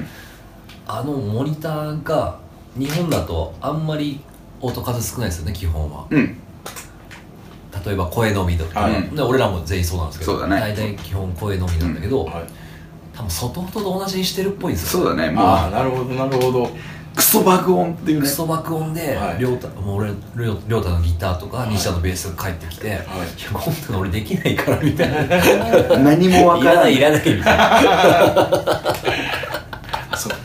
[SPEAKER 1] あのモニターが日本だとあんまり音数少ないですよね基本は
[SPEAKER 3] うん
[SPEAKER 1] 例えば声のみとか、
[SPEAKER 2] はい
[SPEAKER 1] で俺らも全員そうなんですけど
[SPEAKER 3] そうだね
[SPEAKER 1] 大体基本声のみなんだけど、
[SPEAKER 2] はい
[SPEAKER 1] 多分外音と同じにしてるっぽいんですよ
[SPEAKER 3] そうだねも
[SPEAKER 2] ああ
[SPEAKER 3] う
[SPEAKER 2] なるほどなるほど
[SPEAKER 3] クソ爆音っていう
[SPEAKER 1] ク
[SPEAKER 3] ね
[SPEAKER 1] ソ爆音で
[SPEAKER 2] はい
[SPEAKER 1] 亮太、もう俺亮亮太のギターとか西田のベースが帰ってきて「い、やこんなの俺できないから」みたいな「
[SPEAKER 3] 何もわ
[SPEAKER 1] い
[SPEAKER 3] から
[SPEAKER 1] ら
[SPEAKER 3] な
[SPEAKER 1] ないいいらない」みたいな
[SPEAKER 2] そっか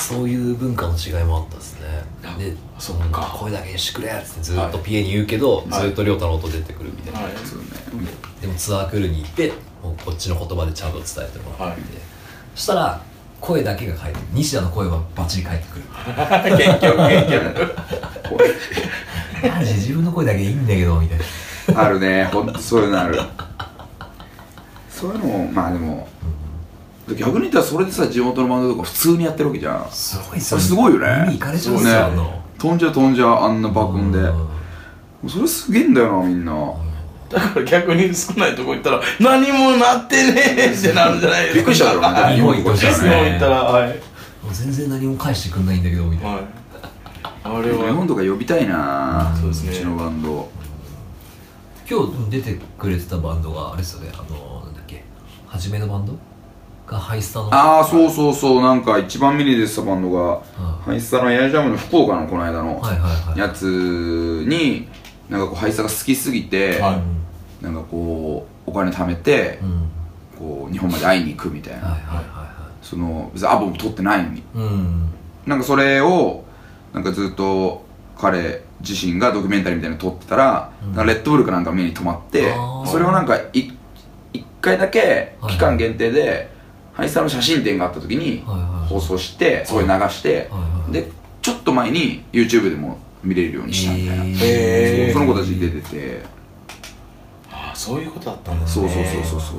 [SPEAKER 1] そういう文化の違いもあったですねで
[SPEAKER 2] あそっか
[SPEAKER 1] 声だけにしてくれ」っつってずっと PA に言うけど、
[SPEAKER 2] はい
[SPEAKER 1] ずっと亮太の音出てくるみたいな、
[SPEAKER 2] はい
[SPEAKER 3] そうね
[SPEAKER 1] でもツアークルーに行ってもうこっちの言葉でちゃんと伝えてもらって、
[SPEAKER 2] はい
[SPEAKER 1] そしたら声だけが返って西田の声はバッチリ返ってくる
[SPEAKER 2] 結局結局
[SPEAKER 3] こ
[SPEAKER 1] マジ自分の声だけいいんだけどみたいな
[SPEAKER 3] うあるねほんとそういうのあるそういうのもまあでも逆に言ったらそれでさ地元のバンドとか普通にやってるわけじゃん
[SPEAKER 1] すごいっす
[SPEAKER 3] それすごいよね
[SPEAKER 1] 耳いかれちゃうんですよ、あ
[SPEAKER 3] ね
[SPEAKER 1] の
[SPEAKER 3] 飛んじゃう飛んじゃうあんな爆音で
[SPEAKER 1] うん
[SPEAKER 3] それすげえんだよなみんな
[SPEAKER 2] だから逆に少ないとこ行ったら何もなってねえってなるんじゃないですか
[SPEAKER 3] びっくりしただろう
[SPEAKER 2] は
[SPEAKER 3] ね
[SPEAKER 2] い
[SPEAKER 1] 日本行ったらね
[SPEAKER 2] 日本行ったらはい
[SPEAKER 1] もう全然何も返してくんないんだけどみたいな、
[SPEAKER 2] はいあれ
[SPEAKER 3] 日本
[SPEAKER 2] は
[SPEAKER 3] とか呼びたいな
[SPEAKER 2] そうですね
[SPEAKER 3] ちのバンド
[SPEAKER 1] 今日出てくれてたバンドがあれですよねあのなんだっけ初めのバンドがハイスタの
[SPEAKER 3] ああそうそうそうなんか一番目に出てたバンドが
[SPEAKER 1] は
[SPEAKER 3] ハイスタのエアジャムの福岡のこの間の
[SPEAKER 1] はいはいはい
[SPEAKER 3] やつになんかこうハイスタが好きすぎて
[SPEAKER 2] は
[SPEAKER 3] なんかこうお金貯めて
[SPEAKER 1] うん、うん、
[SPEAKER 3] こう日本まで会いに行くみたい
[SPEAKER 1] はいはい
[SPEAKER 3] な
[SPEAKER 1] はいは
[SPEAKER 3] その別にアボも撮ってないのに
[SPEAKER 1] いうん
[SPEAKER 3] なんかそれをなんかずっと彼自身がドキュメンタリーみたいなの撮ってたら、なんかレッドブルかなんか目に留まって
[SPEAKER 1] あー
[SPEAKER 3] それをなんかい一回だけ
[SPEAKER 1] はい
[SPEAKER 3] 期間限定で俳優さんの写真展があった時に
[SPEAKER 1] はいはい
[SPEAKER 3] 放送してそこで流して
[SPEAKER 1] はいはい
[SPEAKER 3] でちょっと前に YouTube でも見れるようにしたみたいな、
[SPEAKER 2] へー
[SPEAKER 3] そうその子たち出てて
[SPEAKER 2] あそういうことだったんだね
[SPEAKER 3] そうそうそうそうそう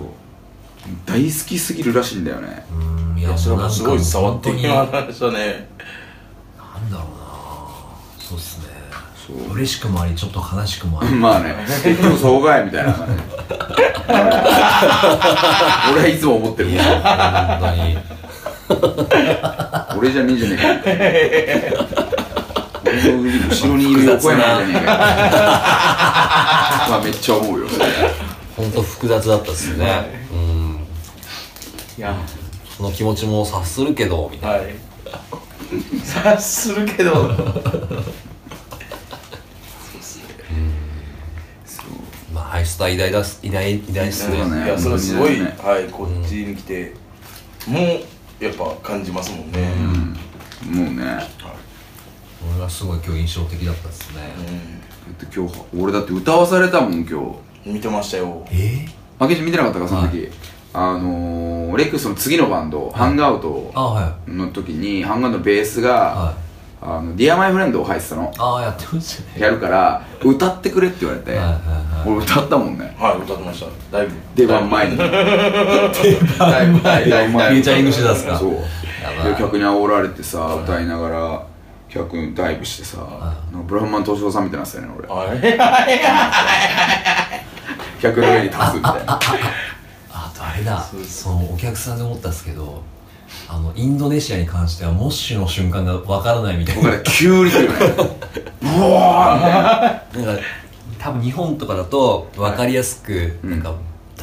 [SPEAKER 3] 大好きすぎるらしいんだよね
[SPEAKER 1] うんいや
[SPEAKER 2] それもすごい伝わってき
[SPEAKER 1] なん
[SPEAKER 2] ま
[SPEAKER 1] か本
[SPEAKER 2] したね
[SPEAKER 1] 当になんだろうなそうっすね
[SPEAKER 3] そう
[SPEAKER 1] 嬉しくもありちょっと悲しくもあり
[SPEAKER 3] まあね、結局そうかいみたいな 感じ。俺はいつも思ってる。
[SPEAKER 1] 本当に
[SPEAKER 3] 俺じゃねえじゃねえか。俺の後ろにいる横山じゃねえかよ。まあめっちゃ思うよ。
[SPEAKER 1] 本当複雑だったっすね、うん
[SPEAKER 2] いや
[SPEAKER 1] その気持ちも察するけどみたいな
[SPEAKER 2] はい察するけど
[SPEAKER 1] まあハイスター偉大だす偉大偉大っすね
[SPEAKER 3] そうだね
[SPEAKER 2] いやそれはすごい、
[SPEAKER 3] ね
[SPEAKER 2] はいこっちに来て、もうやっぱ感じますもんね、
[SPEAKER 3] もうね、
[SPEAKER 1] 俺はすごい今日印象的だったっすね、
[SPEAKER 3] だって今日俺だって歌わされたもん今日。
[SPEAKER 2] うん見てましたよ
[SPEAKER 1] え
[SPEAKER 3] あけじ見てなかったかその時。あのー、レックスの次のバンド、ハンガウト
[SPEAKER 1] あはい
[SPEAKER 3] の時にハンガウトのベースが
[SPEAKER 1] はい、
[SPEAKER 3] あのディアマイフレンドを入ってたの。
[SPEAKER 1] ああやってましたね
[SPEAKER 3] やるから歌ってくれって言われて、
[SPEAKER 1] はいはいはい
[SPEAKER 3] 俺歌ったもんね
[SPEAKER 2] はい歌ってましただいぶ
[SPEAKER 3] 出番 前に
[SPEAKER 2] だいぶだいぶだいぶだ
[SPEAKER 1] フュ
[SPEAKER 2] い
[SPEAKER 1] ーチャ
[SPEAKER 2] ぶ
[SPEAKER 1] リングしてたっすか
[SPEAKER 3] そう
[SPEAKER 1] やばい
[SPEAKER 3] で客に煽られてさ歌いながら客にダイブしてさなんかブランマン敏夫さんみたいになってたよね俺
[SPEAKER 2] あれ
[SPEAKER 3] 客の上に 立つみたいな
[SPEAKER 1] あとあれだそのお客さんで思ったっすけどあのインドネシアに関してはモッシュの瞬間がわからないみたい
[SPEAKER 3] 僕
[SPEAKER 1] な
[SPEAKER 3] ら急に来るよねブワーみたいな
[SPEAKER 1] なんか多分日本とかだと分かりやすく、
[SPEAKER 3] ん
[SPEAKER 1] なんか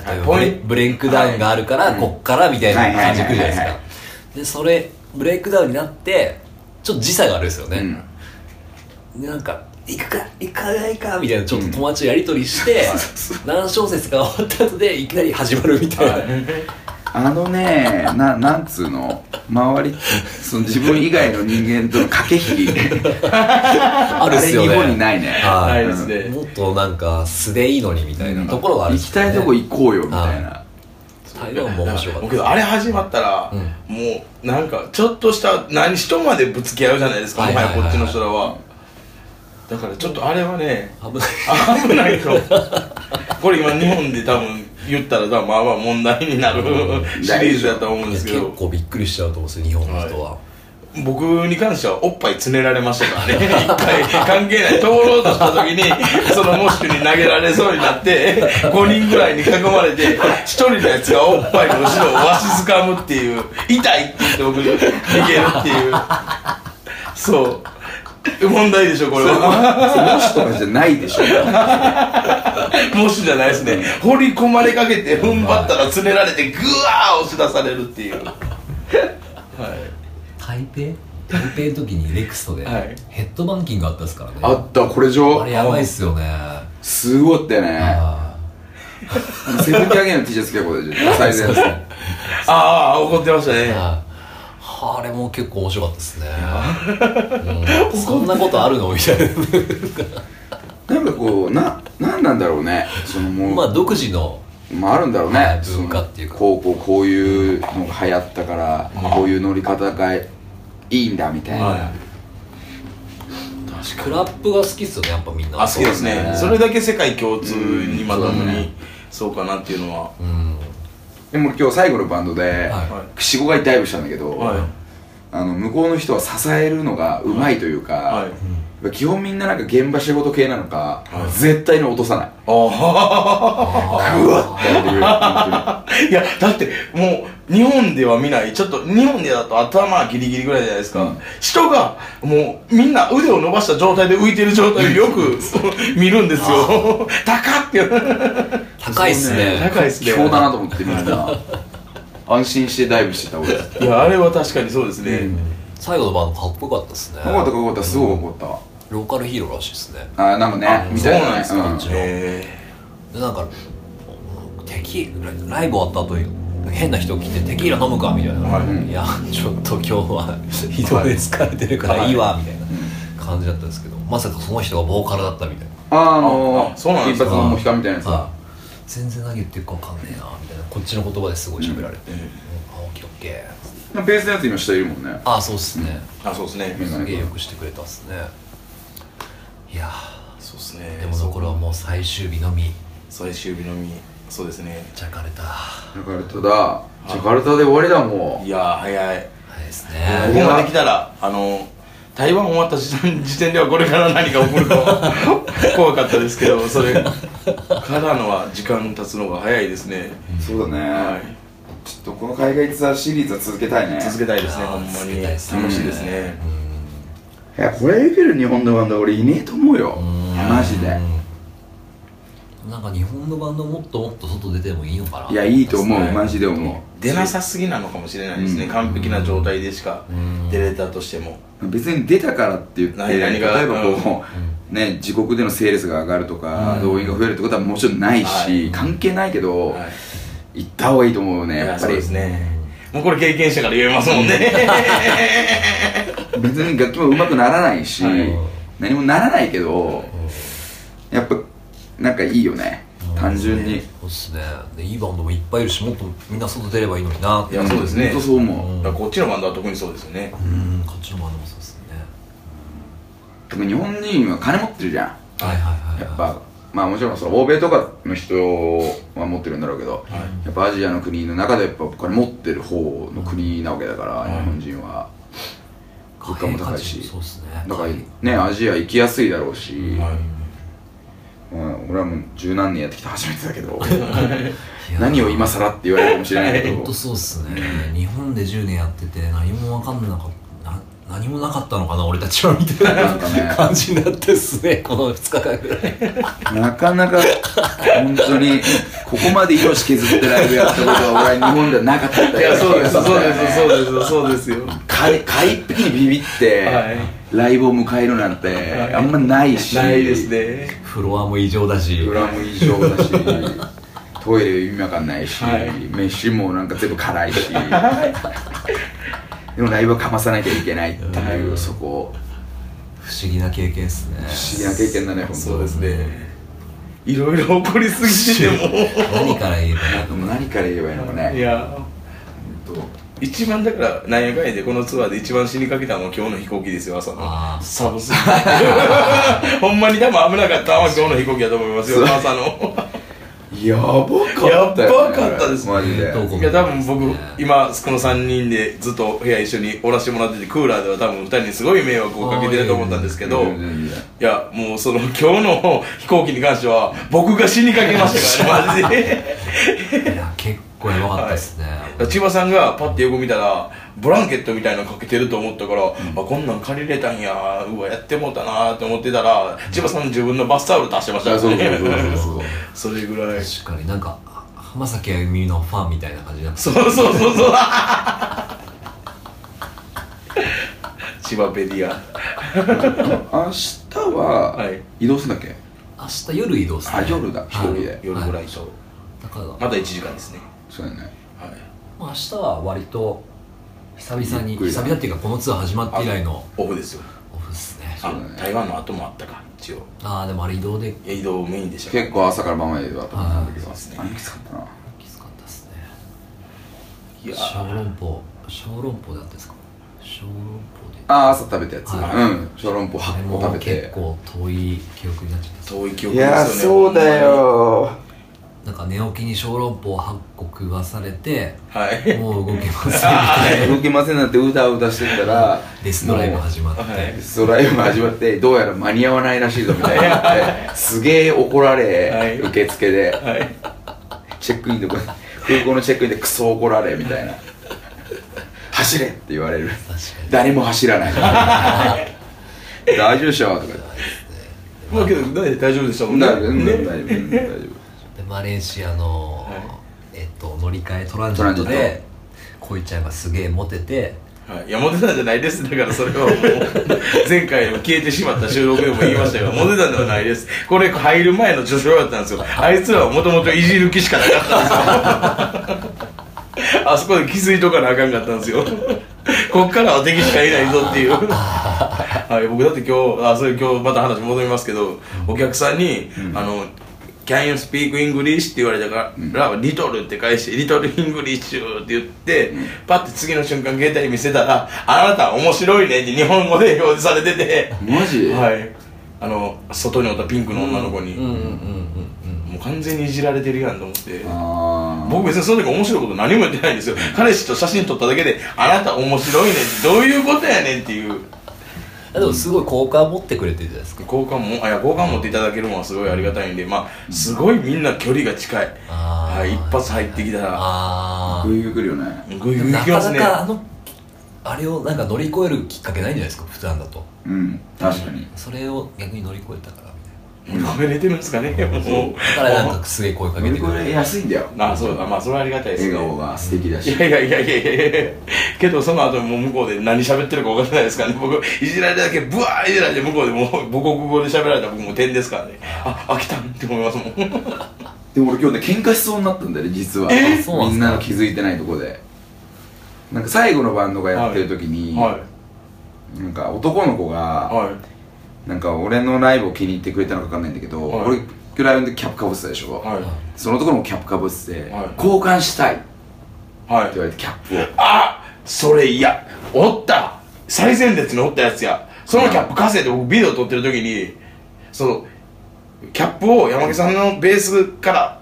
[SPEAKER 1] 例えば
[SPEAKER 2] ポ
[SPEAKER 1] ブ
[SPEAKER 2] イ
[SPEAKER 1] レ
[SPEAKER 2] ン
[SPEAKER 1] ブレイクダウンがあるから、
[SPEAKER 3] い
[SPEAKER 1] こっからみたいな感じで来るじゃないです
[SPEAKER 3] はいはいはい
[SPEAKER 1] か
[SPEAKER 3] は
[SPEAKER 1] でそれブレイクダウンになってちょっと時差があるんですよね、でなんか行くか行かないかみたいなちょっと友達とやり取りして、何小節か終わった後でいきなり始まるみたいな、
[SPEAKER 3] あのねななんつうの周りその自分以外の人間との駆け引き
[SPEAKER 1] あるっすよね
[SPEAKER 3] あれ日本にないね
[SPEAKER 1] は
[SPEAKER 2] ないですね
[SPEAKER 1] うんもっとなんか素でいいのにみたいなところはあるん
[SPEAKER 3] 行
[SPEAKER 1] です
[SPEAKER 3] き
[SPEAKER 1] よ
[SPEAKER 3] たいとこ
[SPEAKER 1] ね
[SPEAKER 3] 行こうよみたいな
[SPEAKER 1] 台湾も面白かった
[SPEAKER 2] 僕あれ始まったら、
[SPEAKER 1] うん
[SPEAKER 2] もうなんかちょっとした何人までぶつけ合うじゃないですか、
[SPEAKER 1] はいはいはいはい
[SPEAKER 2] もはやこっちの人らはだからちょっとあれはね
[SPEAKER 1] 危ない
[SPEAKER 2] あ危ないとこれ今日本で多分言ったら多分まあまあ問題になるシリーズだと思
[SPEAKER 1] い
[SPEAKER 2] うんで
[SPEAKER 1] や
[SPEAKER 2] すけ
[SPEAKER 1] 結
[SPEAKER 2] ど
[SPEAKER 1] 構びっくりしちゃうと思うんですよ日本の人は、
[SPEAKER 2] 僕に関してはおっぱいつねられましたからね一回関係ない通ろうとした時にそのモッシュに投げられそうになって5人ぐらいに囲まれて1人のやつがおっぱいの後ろをわしづかむっていう痛いって言って僕に逃げるっていうそう問題でしょこれは
[SPEAKER 3] その人とかじゃないでしょ
[SPEAKER 2] モッシュじゃないですね掘り込まれかけて踏ん張ったらつねられてグワー押し出されるっていうはい
[SPEAKER 1] 台北台北の時にレクストで
[SPEAKER 2] はい
[SPEAKER 1] ヘッドバンキングあったっすからね、
[SPEAKER 3] あったこれ以
[SPEAKER 1] あ
[SPEAKER 3] 上
[SPEAKER 1] れやばいっすよね
[SPEAKER 3] すごかったよね
[SPEAKER 1] あ
[SPEAKER 3] セブンティアゲインの T シャツ着たこと でしょ最前線
[SPEAKER 2] ああ怒ってましたね
[SPEAKER 1] ああれも結構面白かったっすね、うん、そんなことあるのみたいな
[SPEAKER 3] なんかこうななんなんだろうねそのもう
[SPEAKER 1] まあ独自の
[SPEAKER 3] まああるんだろう
[SPEAKER 1] は
[SPEAKER 3] ね
[SPEAKER 1] い文化っていうか
[SPEAKER 3] そのこうこうこういうのが流行ったからこういう乗り方がいいんだみたいな
[SPEAKER 1] クラップが好きっすよねやっぱみんな
[SPEAKER 2] あそうですね
[SPEAKER 3] ね
[SPEAKER 2] それだけ世界共通にまとも
[SPEAKER 3] うんそうだ
[SPEAKER 2] に
[SPEAKER 3] ね
[SPEAKER 2] そうかなっていうのは、
[SPEAKER 1] うん
[SPEAKER 3] でも今日最後のバンドで
[SPEAKER 1] はい
[SPEAKER 2] は
[SPEAKER 3] 45回ダイブしたんだけど
[SPEAKER 2] は
[SPEAKER 3] あの向こうの人は支えるのがうまいという
[SPEAKER 2] いはい
[SPEAKER 3] か基本みんななんか現場仕事系なのか絶対に落とさないぐわってやってくれる本当に
[SPEAKER 2] いやだってもう日本では見ないちょっと日本でだと頭ギリギリぐらいじゃないですか、
[SPEAKER 3] うん
[SPEAKER 2] 人がもうみんな腕を伸ばした状態で浮いてる状態をよく見るんですよ 高って
[SPEAKER 1] 高いっすね
[SPEAKER 2] 高いですね
[SPEAKER 3] 強だなと思ってみんな 安心してダイブしてた俺よか
[SPEAKER 2] いやあれは確かにそうですね、
[SPEAKER 1] 最後のバンドかっこよかったっすね
[SPEAKER 3] ったかかったすごい怒ったわ
[SPEAKER 1] ローカルヒーローらしいっすね
[SPEAKER 3] あなんかねみ
[SPEAKER 2] そう
[SPEAKER 3] たい
[SPEAKER 2] なんですか、
[SPEAKER 3] なね
[SPEAKER 1] ん
[SPEAKER 2] え
[SPEAKER 1] でなんか敵ライブ終わった後に変な人来てテキーラ飲むかみたいな、
[SPEAKER 2] はい
[SPEAKER 1] い、やちょっと今日はひどい疲れてるからいいわみたいな感じだったんですけど、まさかその人がボーカルだったみたいな
[SPEAKER 3] ああの
[SPEAKER 2] あそうなんで
[SPEAKER 3] 一
[SPEAKER 2] すか
[SPEAKER 3] 発のモヒカンみたいなやつ
[SPEAKER 1] あ全然何言ってるか分かんねえなみたいなこっちの言葉ですごい喋られて「うんあオッケーオッケー」
[SPEAKER 3] ベースのやつ今下いるもんね
[SPEAKER 1] あそうっすね、
[SPEAKER 2] あそうですね
[SPEAKER 3] メガ
[SPEAKER 1] すげえ
[SPEAKER 3] ネ
[SPEAKER 1] よくしてくれたっすねいや
[SPEAKER 2] そうですね
[SPEAKER 1] ーでも残るはもう最終日のみ
[SPEAKER 2] 最終日のみそうですね
[SPEAKER 1] ジャカルタは
[SPEAKER 3] ジャカルタだジャカルタで終わりだも
[SPEAKER 2] いやー早い
[SPEAKER 1] いです
[SPEAKER 2] こ
[SPEAKER 1] ね
[SPEAKER 2] こまで来たらあの台湾終わった時点時点ではこれから何が起こるかは怖かったですけどそれからのは時間経つのが早いですね、
[SPEAKER 3] うそうだ
[SPEAKER 2] は
[SPEAKER 3] ね
[SPEAKER 2] い、
[SPEAKER 3] ちょっとこの海外ツアーシリーズは続けたいね
[SPEAKER 2] 続けたいですね
[SPEAKER 1] あー
[SPEAKER 2] ほんま
[SPEAKER 1] 続
[SPEAKER 2] に
[SPEAKER 1] けたいですね
[SPEAKER 2] 楽しいですね、
[SPEAKER 3] いやこれエフェル日本のバンド俺いねえと思うよ
[SPEAKER 1] うん
[SPEAKER 3] マジで
[SPEAKER 1] うんなんか日本のバンドもっともっと外出てもいいのかない
[SPEAKER 3] いやいいと思
[SPEAKER 2] そう
[SPEAKER 3] う
[SPEAKER 2] ですね
[SPEAKER 3] マジで思
[SPEAKER 2] 出なさすぎなのかもしれないですね、
[SPEAKER 3] うん
[SPEAKER 2] 完璧な状態でしか
[SPEAKER 1] うん
[SPEAKER 2] 出れたとしても、
[SPEAKER 3] う別に出たからって言って
[SPEAKER 2] 何
[SPEAKER 3] 例
[SPEAKER 2] 何
[SPEAKER 3] え
[SPEAKER 2] が
[SPEAKER 3] ばこうね地獄でのセールスが上がるとか動員が増えるってことはもちろんない
[SPEAKER 2] は
[SPEAKER 3] し
[SPEAKER 2] い
[SPEAKER 3] 関係ないけど
[SPEAKER 2] はい
[SPEAKER 3] 行った方がいいと思うね
[SPEAKER 2] い
[SPEAKER 3] や
[SPEAKER 2] や
[SPEAKER 3] っぱ
[SPEAKER 2] そう
[SPEAKER 3] り
[SPEAKER 2] ですねもうこれ経験者から言えますもんね
[SPEAKER 3] 別に楽器も上手くならないし
[SPEAKER 2] はい
[SPEAKER 3] 何もならないけどやっぱなんかいいよね単純に
[SPEAKER 1] そうっすねでいいバンドもいっぱいいるしもっとみんな外出ればいいのになって
[SPEAKER 2] いやそうですね
[SPEAKER 3] 本当そう思う
[SPEAKER 2] だから こっちのバンドは特にそうですよね
[SPEAKER 1] うんこっちのバンドもそうっすね
[SPEAKER 3] 特に日本人は金持ってるじゃん
[SPEAKER 1] はいはいはいはい
[SPEAKER 3] やっぱまあもちろんその欧米とかの人は持ってるんだろうけど、やっぱアジアの国の中でやっぱお金持ってる方の国なわけだから、
[SPEAKER 2] い
[SPEAKER 3] 日本人は物価も高いし
[SPEAKER 1] そうっすね
[SPEAKER 3] だからねアジア行きやすいだろうし、
[SPEAKER 2] はい
[SPEAKER 3] うん俺はもう十何年やってきて初めてだけ ど何を今更って言われるかもしれないけ
[SPEAKER 1] ほんと
[SPEAKER 3] ど
[SPEAKER 1] そうっすね日本で10年やってて何も分かんなかったな何もなかったのかな俺たちはみたい
[SPEAKER 3] なんかね
[SPEAKER 1] な感じになってっすねこの2日間ぐらい
[SPEAKER 3] なかなか本当にここまで命削ってライブやったことは俺は日本ではなかったようない
[SPEAKER 2] やそうです
[SPEAKER 3] 気がるん
[SPEAKER 2] そう
[SPEAKER 3] だよ
[SPEAKER 2] で
[SPEAKER 3] ね
[SPEAKER 2] すそうですそうですよ
[SPEAKER 3] かいかいっぺきにビビって、
[SPEAKER 2] はい
[SPEAKER 3] ライブを迎えるなんて、
[SPEAKER 2] い
[SPEAKER 3] あんまないし
[SPEAKER 2] ないですね
[SPEAKER 1] フロアも異常だし
[SPEAKER 3] 裏も異常 だしトイレ意味わかんないし、
[SPEAKER 2] はい
[SPEAKER 3] 飯もなんか全部辛い しでもライブはかまさなきゃいけないっていう、そこ
[SPEAKER 1] 不思議な経験っすね
[SPEAKER 3] 不思議な経験だね本当
[SPEAKER 2] そうですねいろいろ起こりすぎて ても
[SPEAKER 1] 何から言えばいい
[SPEAKER 3] でも何から言えばいいのかね
[SPEAKER 2] いや
[SPEAKER 3] 本
[SPEAKER 2] 一番だからなんやかんやでこのツアーで一番死にかけたのは今日の飛行機ですよ朝
[SPEAKER 1] あー
[SPEAKER 2] のサブスク ほんまに多分危なかったのは今日の飛行機だと思いますよ朝の
[SPEAKER 3] 当やばかった
[SPEAKER 2] やばかったですね
[SPEAKER 3] マジで
[SPEAKER 1] どこ
[SPEAKER 2] いや多分僕今この3人でずっと部屋一緒におらしてもらっててクーラーでは多分2人にすごい迷惑をかけてると思ったんですけど
[SPEAKER 3] 全然全然
[SPEAKER 2] いやもうその今日の飛行機に関しては僕が死にかけましたからねマジで
[SPEAKER 1] いや結構やばかったっすね、
[SPEAKER 2] 千葉さんがパッて横見たらブランケットみたいなのかけてると思ったから、あこんなん借りれたんやうわやってもうたなーって思ってたら千葉さん自分のバスタオル出してました
[SPEAKER 3] あ
[SPEAKER 2] か
[SPEAKER 3] そう
[SPEAKER 2] ら
[SPEAKER 3] そうそう
[SPEAKER 2] ね
[SPEAKER 3] そうそう
[SPEAKER 2] それぐらい
[SPEAKER 1] 確かになんかあ浜崎あゆみのファンみたいな感じになって
[SPEAKER 2] そうそうそうそう 千葉ペディア
[SPEAKER 3] 明日は
[SPEAKER 2] はい
[SPEAKER 3] 移動するんだっけ、
[SPEAKER 1] 明日夜移動っすね
[SPEAKER 3] あ夜だ飛行機で
[SPEAKER 1] はい
[SPEAKER 2] 夜ぐらいと、
[SPEAKER 1] だから、
[SPEAKER 2] まだ1時間ですね
[SPEAKER 3] そうだよね
[SPEAKER 2] はい
[SPEAKER 1] まあ、明日は割と久々
[SPEAKER 3] ゆ
[SPEAKER 1] に
[SPEAKER 3] っくりだ
[SPEAKER 1] 久々っていうかこのツアー始まって以来の
[SPEAKER 2] オフですよ
[SPEAKER 1] オフっすね
[SPEAKER 2] あ
[SPEAKER 3] うだね
[SPEAKER 2] 台湾の後もあったか一応
[SPEAKER 1] ああでもあれ移動で
[SPEAKER 2] いや移動メインでした
[SPEAKER 3] 結構朝から晩までだったと思うんだけど
[SPEAKER 2] あーそうですね
[SPEAKER 3] あれきつかったな
[SPEAKER 1] きつかったっすね
[SPEAKER 2] いや
[SPEAKER 1] 小
[SPEAKER 2] ー
[SPEAKER 1] 籠包小籠包だったんですか小籠包で
[SPEAKER 3] ああ朝食べたやつ、
[SPEAKER 1] はい
[SPEAKER 3] うん小籠包
[SPEAKER 1] あれ
[SPEAKER 3] 8個
[SPEAKER 1] も
[SPEAKER 3] 食べ
[SPEAKER 1] 結
[SPEAKER 3] て
[SPEAKER 1] 構遠い記憶になっちゃったっす
[SPEAKER 2] 遠い記憶
[SPEAKER 3] いやー
[SPEAKER 2] です
[SPEAKER 3] そ
[SPEAKER 2] よね
[SPEAKER 3] うだよ
[SPEAKER 1] なんか寝起きに小籠包8個食わされて
[SPEAKER 2] ほんまにはい
[SPEAKER 1] もう動けませんみたいな
[SPEAKER 3] 動けませんなんてうだうだしてたら
[SPEAKER 1] デスドライブ始まって、
[SPEAKER 2] はい
[SPEAKER 3] デストライブ始まってどうやら間に合わないらしいぞみたいになってすげえ怒られ、
[SPEAKER 2] はい
[SPEAKER 3] 受付で、
[SPEAKER 2] はい
[SPEAKER 3] チェックインとか空港のチェックインでクソ怒られみたいな走れって言われる
[SPEAKER 1] 確かに
[SPEAKER 3] 誰も走らない大丈夫でしょとか
[SPEAKER 2] まあけど大丈夫でしたもんね
[SPEAKER 3] 大丈夫、うん
[SPEAKER 2] ね
[SPEAKER 3] 大丈夫うん大丈夫
[SPEAKER 1] でマレーシアの、
[SPEAKER 2] は
[SPEAKER 1] えっと、乗り換えトランジット
[SPEAKER 3] トランジッ
[SPEAKER 1] でこいちゃんがすげえモテて
[SPEAKER 2] はい、いやモテたんじゃないですだからそれはもう 前回の消えてしまった収録でも言いましたがモテたんではないですこれ入る前の序章だったんですよあいつらはもともといじる気しかなかったんですよあ そこで気づいとかなあかんかったんですよこっからは敵しかいないぞっていうはい、僕だって今日あそれ今日また話戻りますけどお客さんに「あの Can you speak English?」って言われたから「リトル」って返して「リトル・イングリッシュ」って言って、パッて次の瞬間携帯見せたら「あなた面白いね」って日本語で表示されてて、
[SPEAKER 3] マジ
[SPEAKER 2] はいあの外におったピンクの女の子に、
[SPEAKER 1] うんうんうんうん
[SPEAKER 2] もう完全にいじられてるやんと思って
[SPEAKER 3] あ
[SPEAKER 2] 僕別にその時面白いこと何も言ってないんですよ彼氏と写真撮っただけで「あなた面白いね」ってどういうことやねんっていう
[SPEAKER 1] うんでもすごい好感持ってくれてるじゃないですか
[SPEAKER 2] 好感もあいや好感持っていただけるのはすごいありがたいんでまあすごいみんな距離が近い、
[SPEAKER 1] あー
[SPEAKER 2] はい、一発入ってきたら
[SPEAKER 3] あ
[SPEAKER 1] あ
[SPEAKER 3] グイグイ来るよね
[SPEAKER 2] グ
[SPEAKER 1] あ
[SPEAKER 2] イグイ行
[SPEAKER 1] な
[SPEAKER 2] き
[SPEAKER 1] か
[SPEAKER 2] ます
[SPEAKER 1] な
[SPEAKER 2] ね
[SPEAKER 1] かあのあれをなんか乗り越えるきっかけないんじゃないですか普段だと
[SPEAKER 3] うん確かに
[SPEAKER 1] それを逆に乗り越えたからみたいな
[SPEAKER 2] 食べれてるんですかねもう
[SPEAKER 1] だからなんかすげえ声かけ
[SPEAKER 3] 乗
[SPEAKER 1] て
[SPEAKER 3] り
[SPEAKER 1] く
[SPEAKER 3] 越
[SPEAKER 1] れ
[SPEAKER 3] え
[SPEAKER 1] る
[SPEAKER 3] やすいんだよ
[SPEAKER 2] あそう だまあそれはありがたいです
[SPEAKER 3] 笑
[SPEAKER 2] ね
[SPEAKER 3] 顔が素敵だ
[SPEAKER 2] い
[SPEAKER 3] し
[SPEAKER 2] やいやいやいやいやいやけどその後もう向こうで何喋ってるか分からないですからね僕いじられただけブワーいじられて向こうでもう母国語で喋られたら僕もう点ですからねあ飽きたんって思いますもん
[SPEAKER 3] でも俺今日ね喧嘩しそうになったんだよね実は
[SPEAKER 2] え
[SPEAKER 1] そうなんすか
[SPEAKER 3] みんなの気づいてないとこでなんか最後のバンドがやってる時に、
[SPEAKER 2] はい
[SPEAKER 3] なんか男の子が
[SPEAKER 2] は
[SPEAKER 3] なんか俺のライブを気に入ってくれたのか分かんないんだけど、
[SPEAKER 2] はい
[SPEAKER 3] 俺今日ライブの時キャップかぶってたでしょ、
[SPEAKER 2] いは
[SPEAKER 3] そのところもキャップかぶってて、
[SPEAKER 2] はい
[SPEAKER 3] 交換したいって
[SPEAKER 2] いはい
[SPEAKER 3] 言われてキャップを
[SPEAKER 2] あそれいやおった最前列におったやつやそのキャップ稼いで僕ビデオ撮ってる時にそのキャップを山木さんのベースから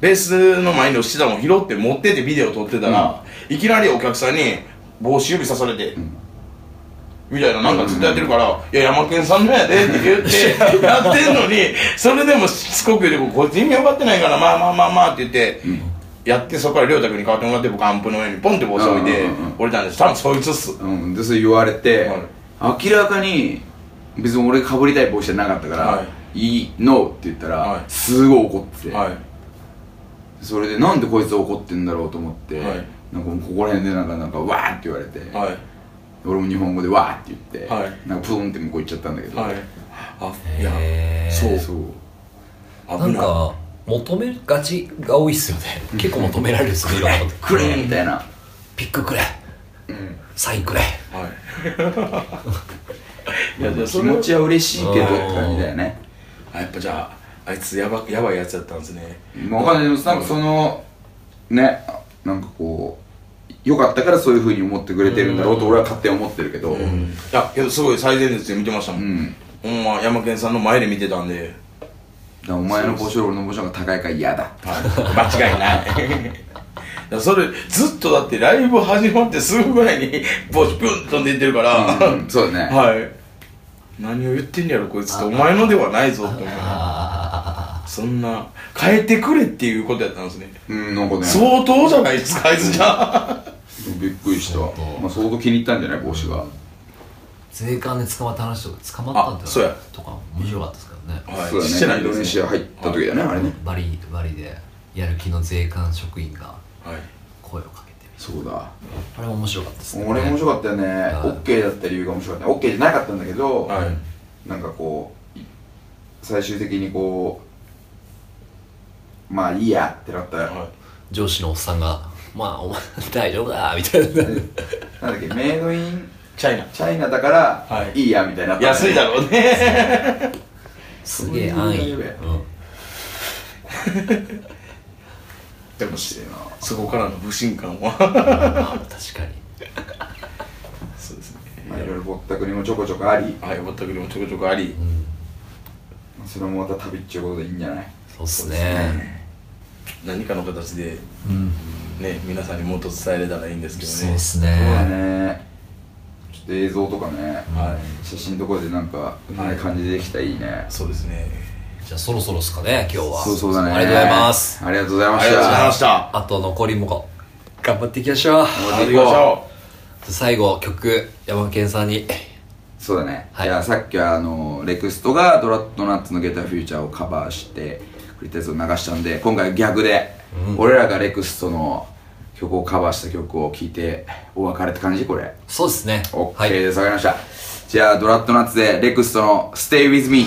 [SPEAKER 2] ベースの前に落ちてたのを拾って持ってってビデオ撮ってたら、いきなりお客さんに帽子指さされて、みたいななんかずっとやってるから「いや山健さんのやで」って言って やってんのにそれでもしつこく言うて「こっち意味分かってないからまあまあまあまあ」って言って、やってそこから亮太君に代わってもらって僕アンプの上にポンって帽子置いて
[SPEAKER 3] うんうんうん
[SPEAKER 2] 折れたんです多分そいつっす
[SPEAKER 3] うん、でそれ言われて、明らかに別に俺かぶりたい帽子じゃなかったから「、
[SPEAKER 2] はい
[SPEAKER 3] いの」って言ったら、
[SPEAKER 2] はい
[SPEAKER 3] すごい怒ってて、
[SPEAKER 2] はい
[SPEAKER 3] それでなんでこいつ怒ってんだろうと思って、
[SPEAKER 2] はい
[SPEAKER 3] なんかもうここら辺でなんかなんかわーって言われて、
[SPEAKER 2] はい
[SPEAKER 3] 俺も日本語でわーって言って、
[SPEAKER 2] はい
[SPEAKER 3] なんかプーンって向こう行っちゃったんだけど、
[SPEAKER 2] はいあい
[SPEAKER 1] へー
[SPEAKER 2] やそう
[SPEAKER 3] そう
[SPEAKER 1] な
[SPEAKER 2] 危
[SPEAKER 1] ん
[SPEAKER 2] ない
[SPEAKER 1] か求めがちが多いっすよね結構求められるっすねいろんなこと
[SPEAKER 3] くれみたいな、
[SPEAKER 1] ピックくれサインくれ
[SPEAKER 2] は いいやじゃあ
[SPEAKER 3] 気
[SPEAKER 2] それ
[SPEAKER 3] 持ちは嬉しいけどっ
[SPEAKER 1] うん
[SPEAKER 3] て感じだよね
[SPEAKER 2] あやっぱじゃああいつやばやばいやつやったんですね
[SPEAKER 3] まあわかんないでもなんかそのねなんかこうよかったからそういうふうに思ってくれてるんだろうと俺は勝手に思ってるけど、
[SPEAKER 2] うんいやけどすごい最前列で見てましたもん、
[SPEAKER 3] ん
[SPEAKER 2] ほんま山健さんの前で見てたんで
[SPEAKER 3] だからお前の帽子より俺の帽子の方が高いから嫌だ
[SPEAKER 2] 間違い ないだからそれずっとだってライブ始まってすぐぐらいに帽子ピュンと飛んでいってるから、
[SPEAKER 3] うんそうだね
[SPEAKER 2] はい何を言ってんやろこいつってお前のではないぞって思うそんな変えてくれっていうことやったんですね
[SPEAKER 3] うんなんかね
[SPEAKER 2] 相当じゃないですかあいつじゃ
[SPEAKER 3] びっくりした
[SPEAKER 1] 相当
[SPEAKER 3] まあ、相当気に入ったんじゃない帽子が
[SPEAKER 1] 税関で捕まった話とか捕まったんだ
[SPEAKER 2] あそうや
[SPEAKER 1] とか面白かったですからね
[SPEAKER 2] はい
[SPEAKER 3] そうだね
[SPEAKER 2] してない
[SPEAKER 3] イ
[SPEAKER 2] ですね
[SPEAKER 3] ンドネシア入った時だよね、あれね
[SPEAKER 1] バリバリでやる気の税関職員が
[SPEAKER 2] はい
[SPEAKER 1] 声をかけてみる
[SPEAKER 3] そうだ
[SPEAKER 1] あれ面白かったですね
[SPEAKER 3] 俺面白かったよね
[SPEAKER 1] い
[SPEAKER 3] OK だった理由が面白かった OK じゃなかったんだけど、
[SPEAKER 2] はい
[SPEAKER 3] なんかこうい最終的にこうまあいいやってなった、
[SPEAKER 2] はい
[SPEAKER 1] 上司のおっさんがまあお前 大丈夫だみたいな
[SPEAKER 3] なんだっけメイドイン
[SPEAKER 2] チャイナ
[SPEAKER 3] チャイナだから、
[SPEAKER 2] はい
[SPEAKER 3] い、いやみたいになったん
[SPEAKER 2] 安いだ
[SPEAKER 3] よ
[SPEAKER 2] ろうね
[SPEAKER 1] すげえ安易、
[SPEAKER 3] そういう
[SPEAKER 1] うん
[SPEAKER 2] でも
[SPEAKER 3] 面白いな
[SPEAKER 2] そこからの不信感は
[SPEAKER 1] まあ確かに
[SPEAKER 2] そうですね
[SPEAKER 3] まあ、いろいろぼったくりもちょこちょこあり
[SPEAKER 2] はいぼったくりもちょこちょこあり
[SPEAKER 3] それもまた旅っちゅうことでいいんじゃない
[SPEAKER 1] そうっすね
[SPEAKER 2] 何かの形で
[SPEAKER 1] うん
[SPEAKER 2] ね皆さんにもっと伝えれたらいいんですけ
[SPEAKER 1] そ
[SPEAKER 2] ど
[SPEAKER 1] うっ
[SPEAKER 2] ね
[SPEAKER 1] す
[SPEAKER 3] そうだ
[SPEAKER 1] ね
[SPEAKER 3] ねちょっと映像とかね、
[SPEAKER 2] はい
[SPEAKER 3] 写真とこでなんかうまい感じでできたらいいね
[SPEAKER 2] そうですね
[SPEAKER 1] じゃあそろそろっすかね今日は
[SPEAKER 3] そうそうだね
[SPEAKER 1] ありがとうございます
[SPEAKER 3] ありがとうございま
[SPEAKER 2] あ
[SPEAKER 3] し
[SPEAKER 2] りがとうございま
[SPEAKER 3] た
[SPEAKER 2] した
[SPEAKER 1] あと残りも頑張っていきましょう
[SPEAKER 3] 頑張
[SPEAKER 2] あ
[SPEAKER 3] って
[SPEAKER 2] り
[SPEAKER 3] いこ
[SPEAKER 2] が
[SPEAKER 3] う
[SPEAKER 2] と
[SPEAKER 1] 最後曲山健さんに
[SPEAKER 3] そうだね、
[SPEAKER 1] はい
[SPEAKER 3] い、やさっきはあのレクストがドラッドナッツの「ゲタフューチャー」をカバーしてくれたやつを流したんで今回は逆で、俺らがレクストの曲をカバーした曲を聴いてお別れって感じこれ
[SPEAKER 1] そうですね
[SPEAKER 3] OK
[SPEAKER 1] はい
[SPEAKER 3] です、わかりましたじゃあドラッドナッツでレクストの「StayWithMe」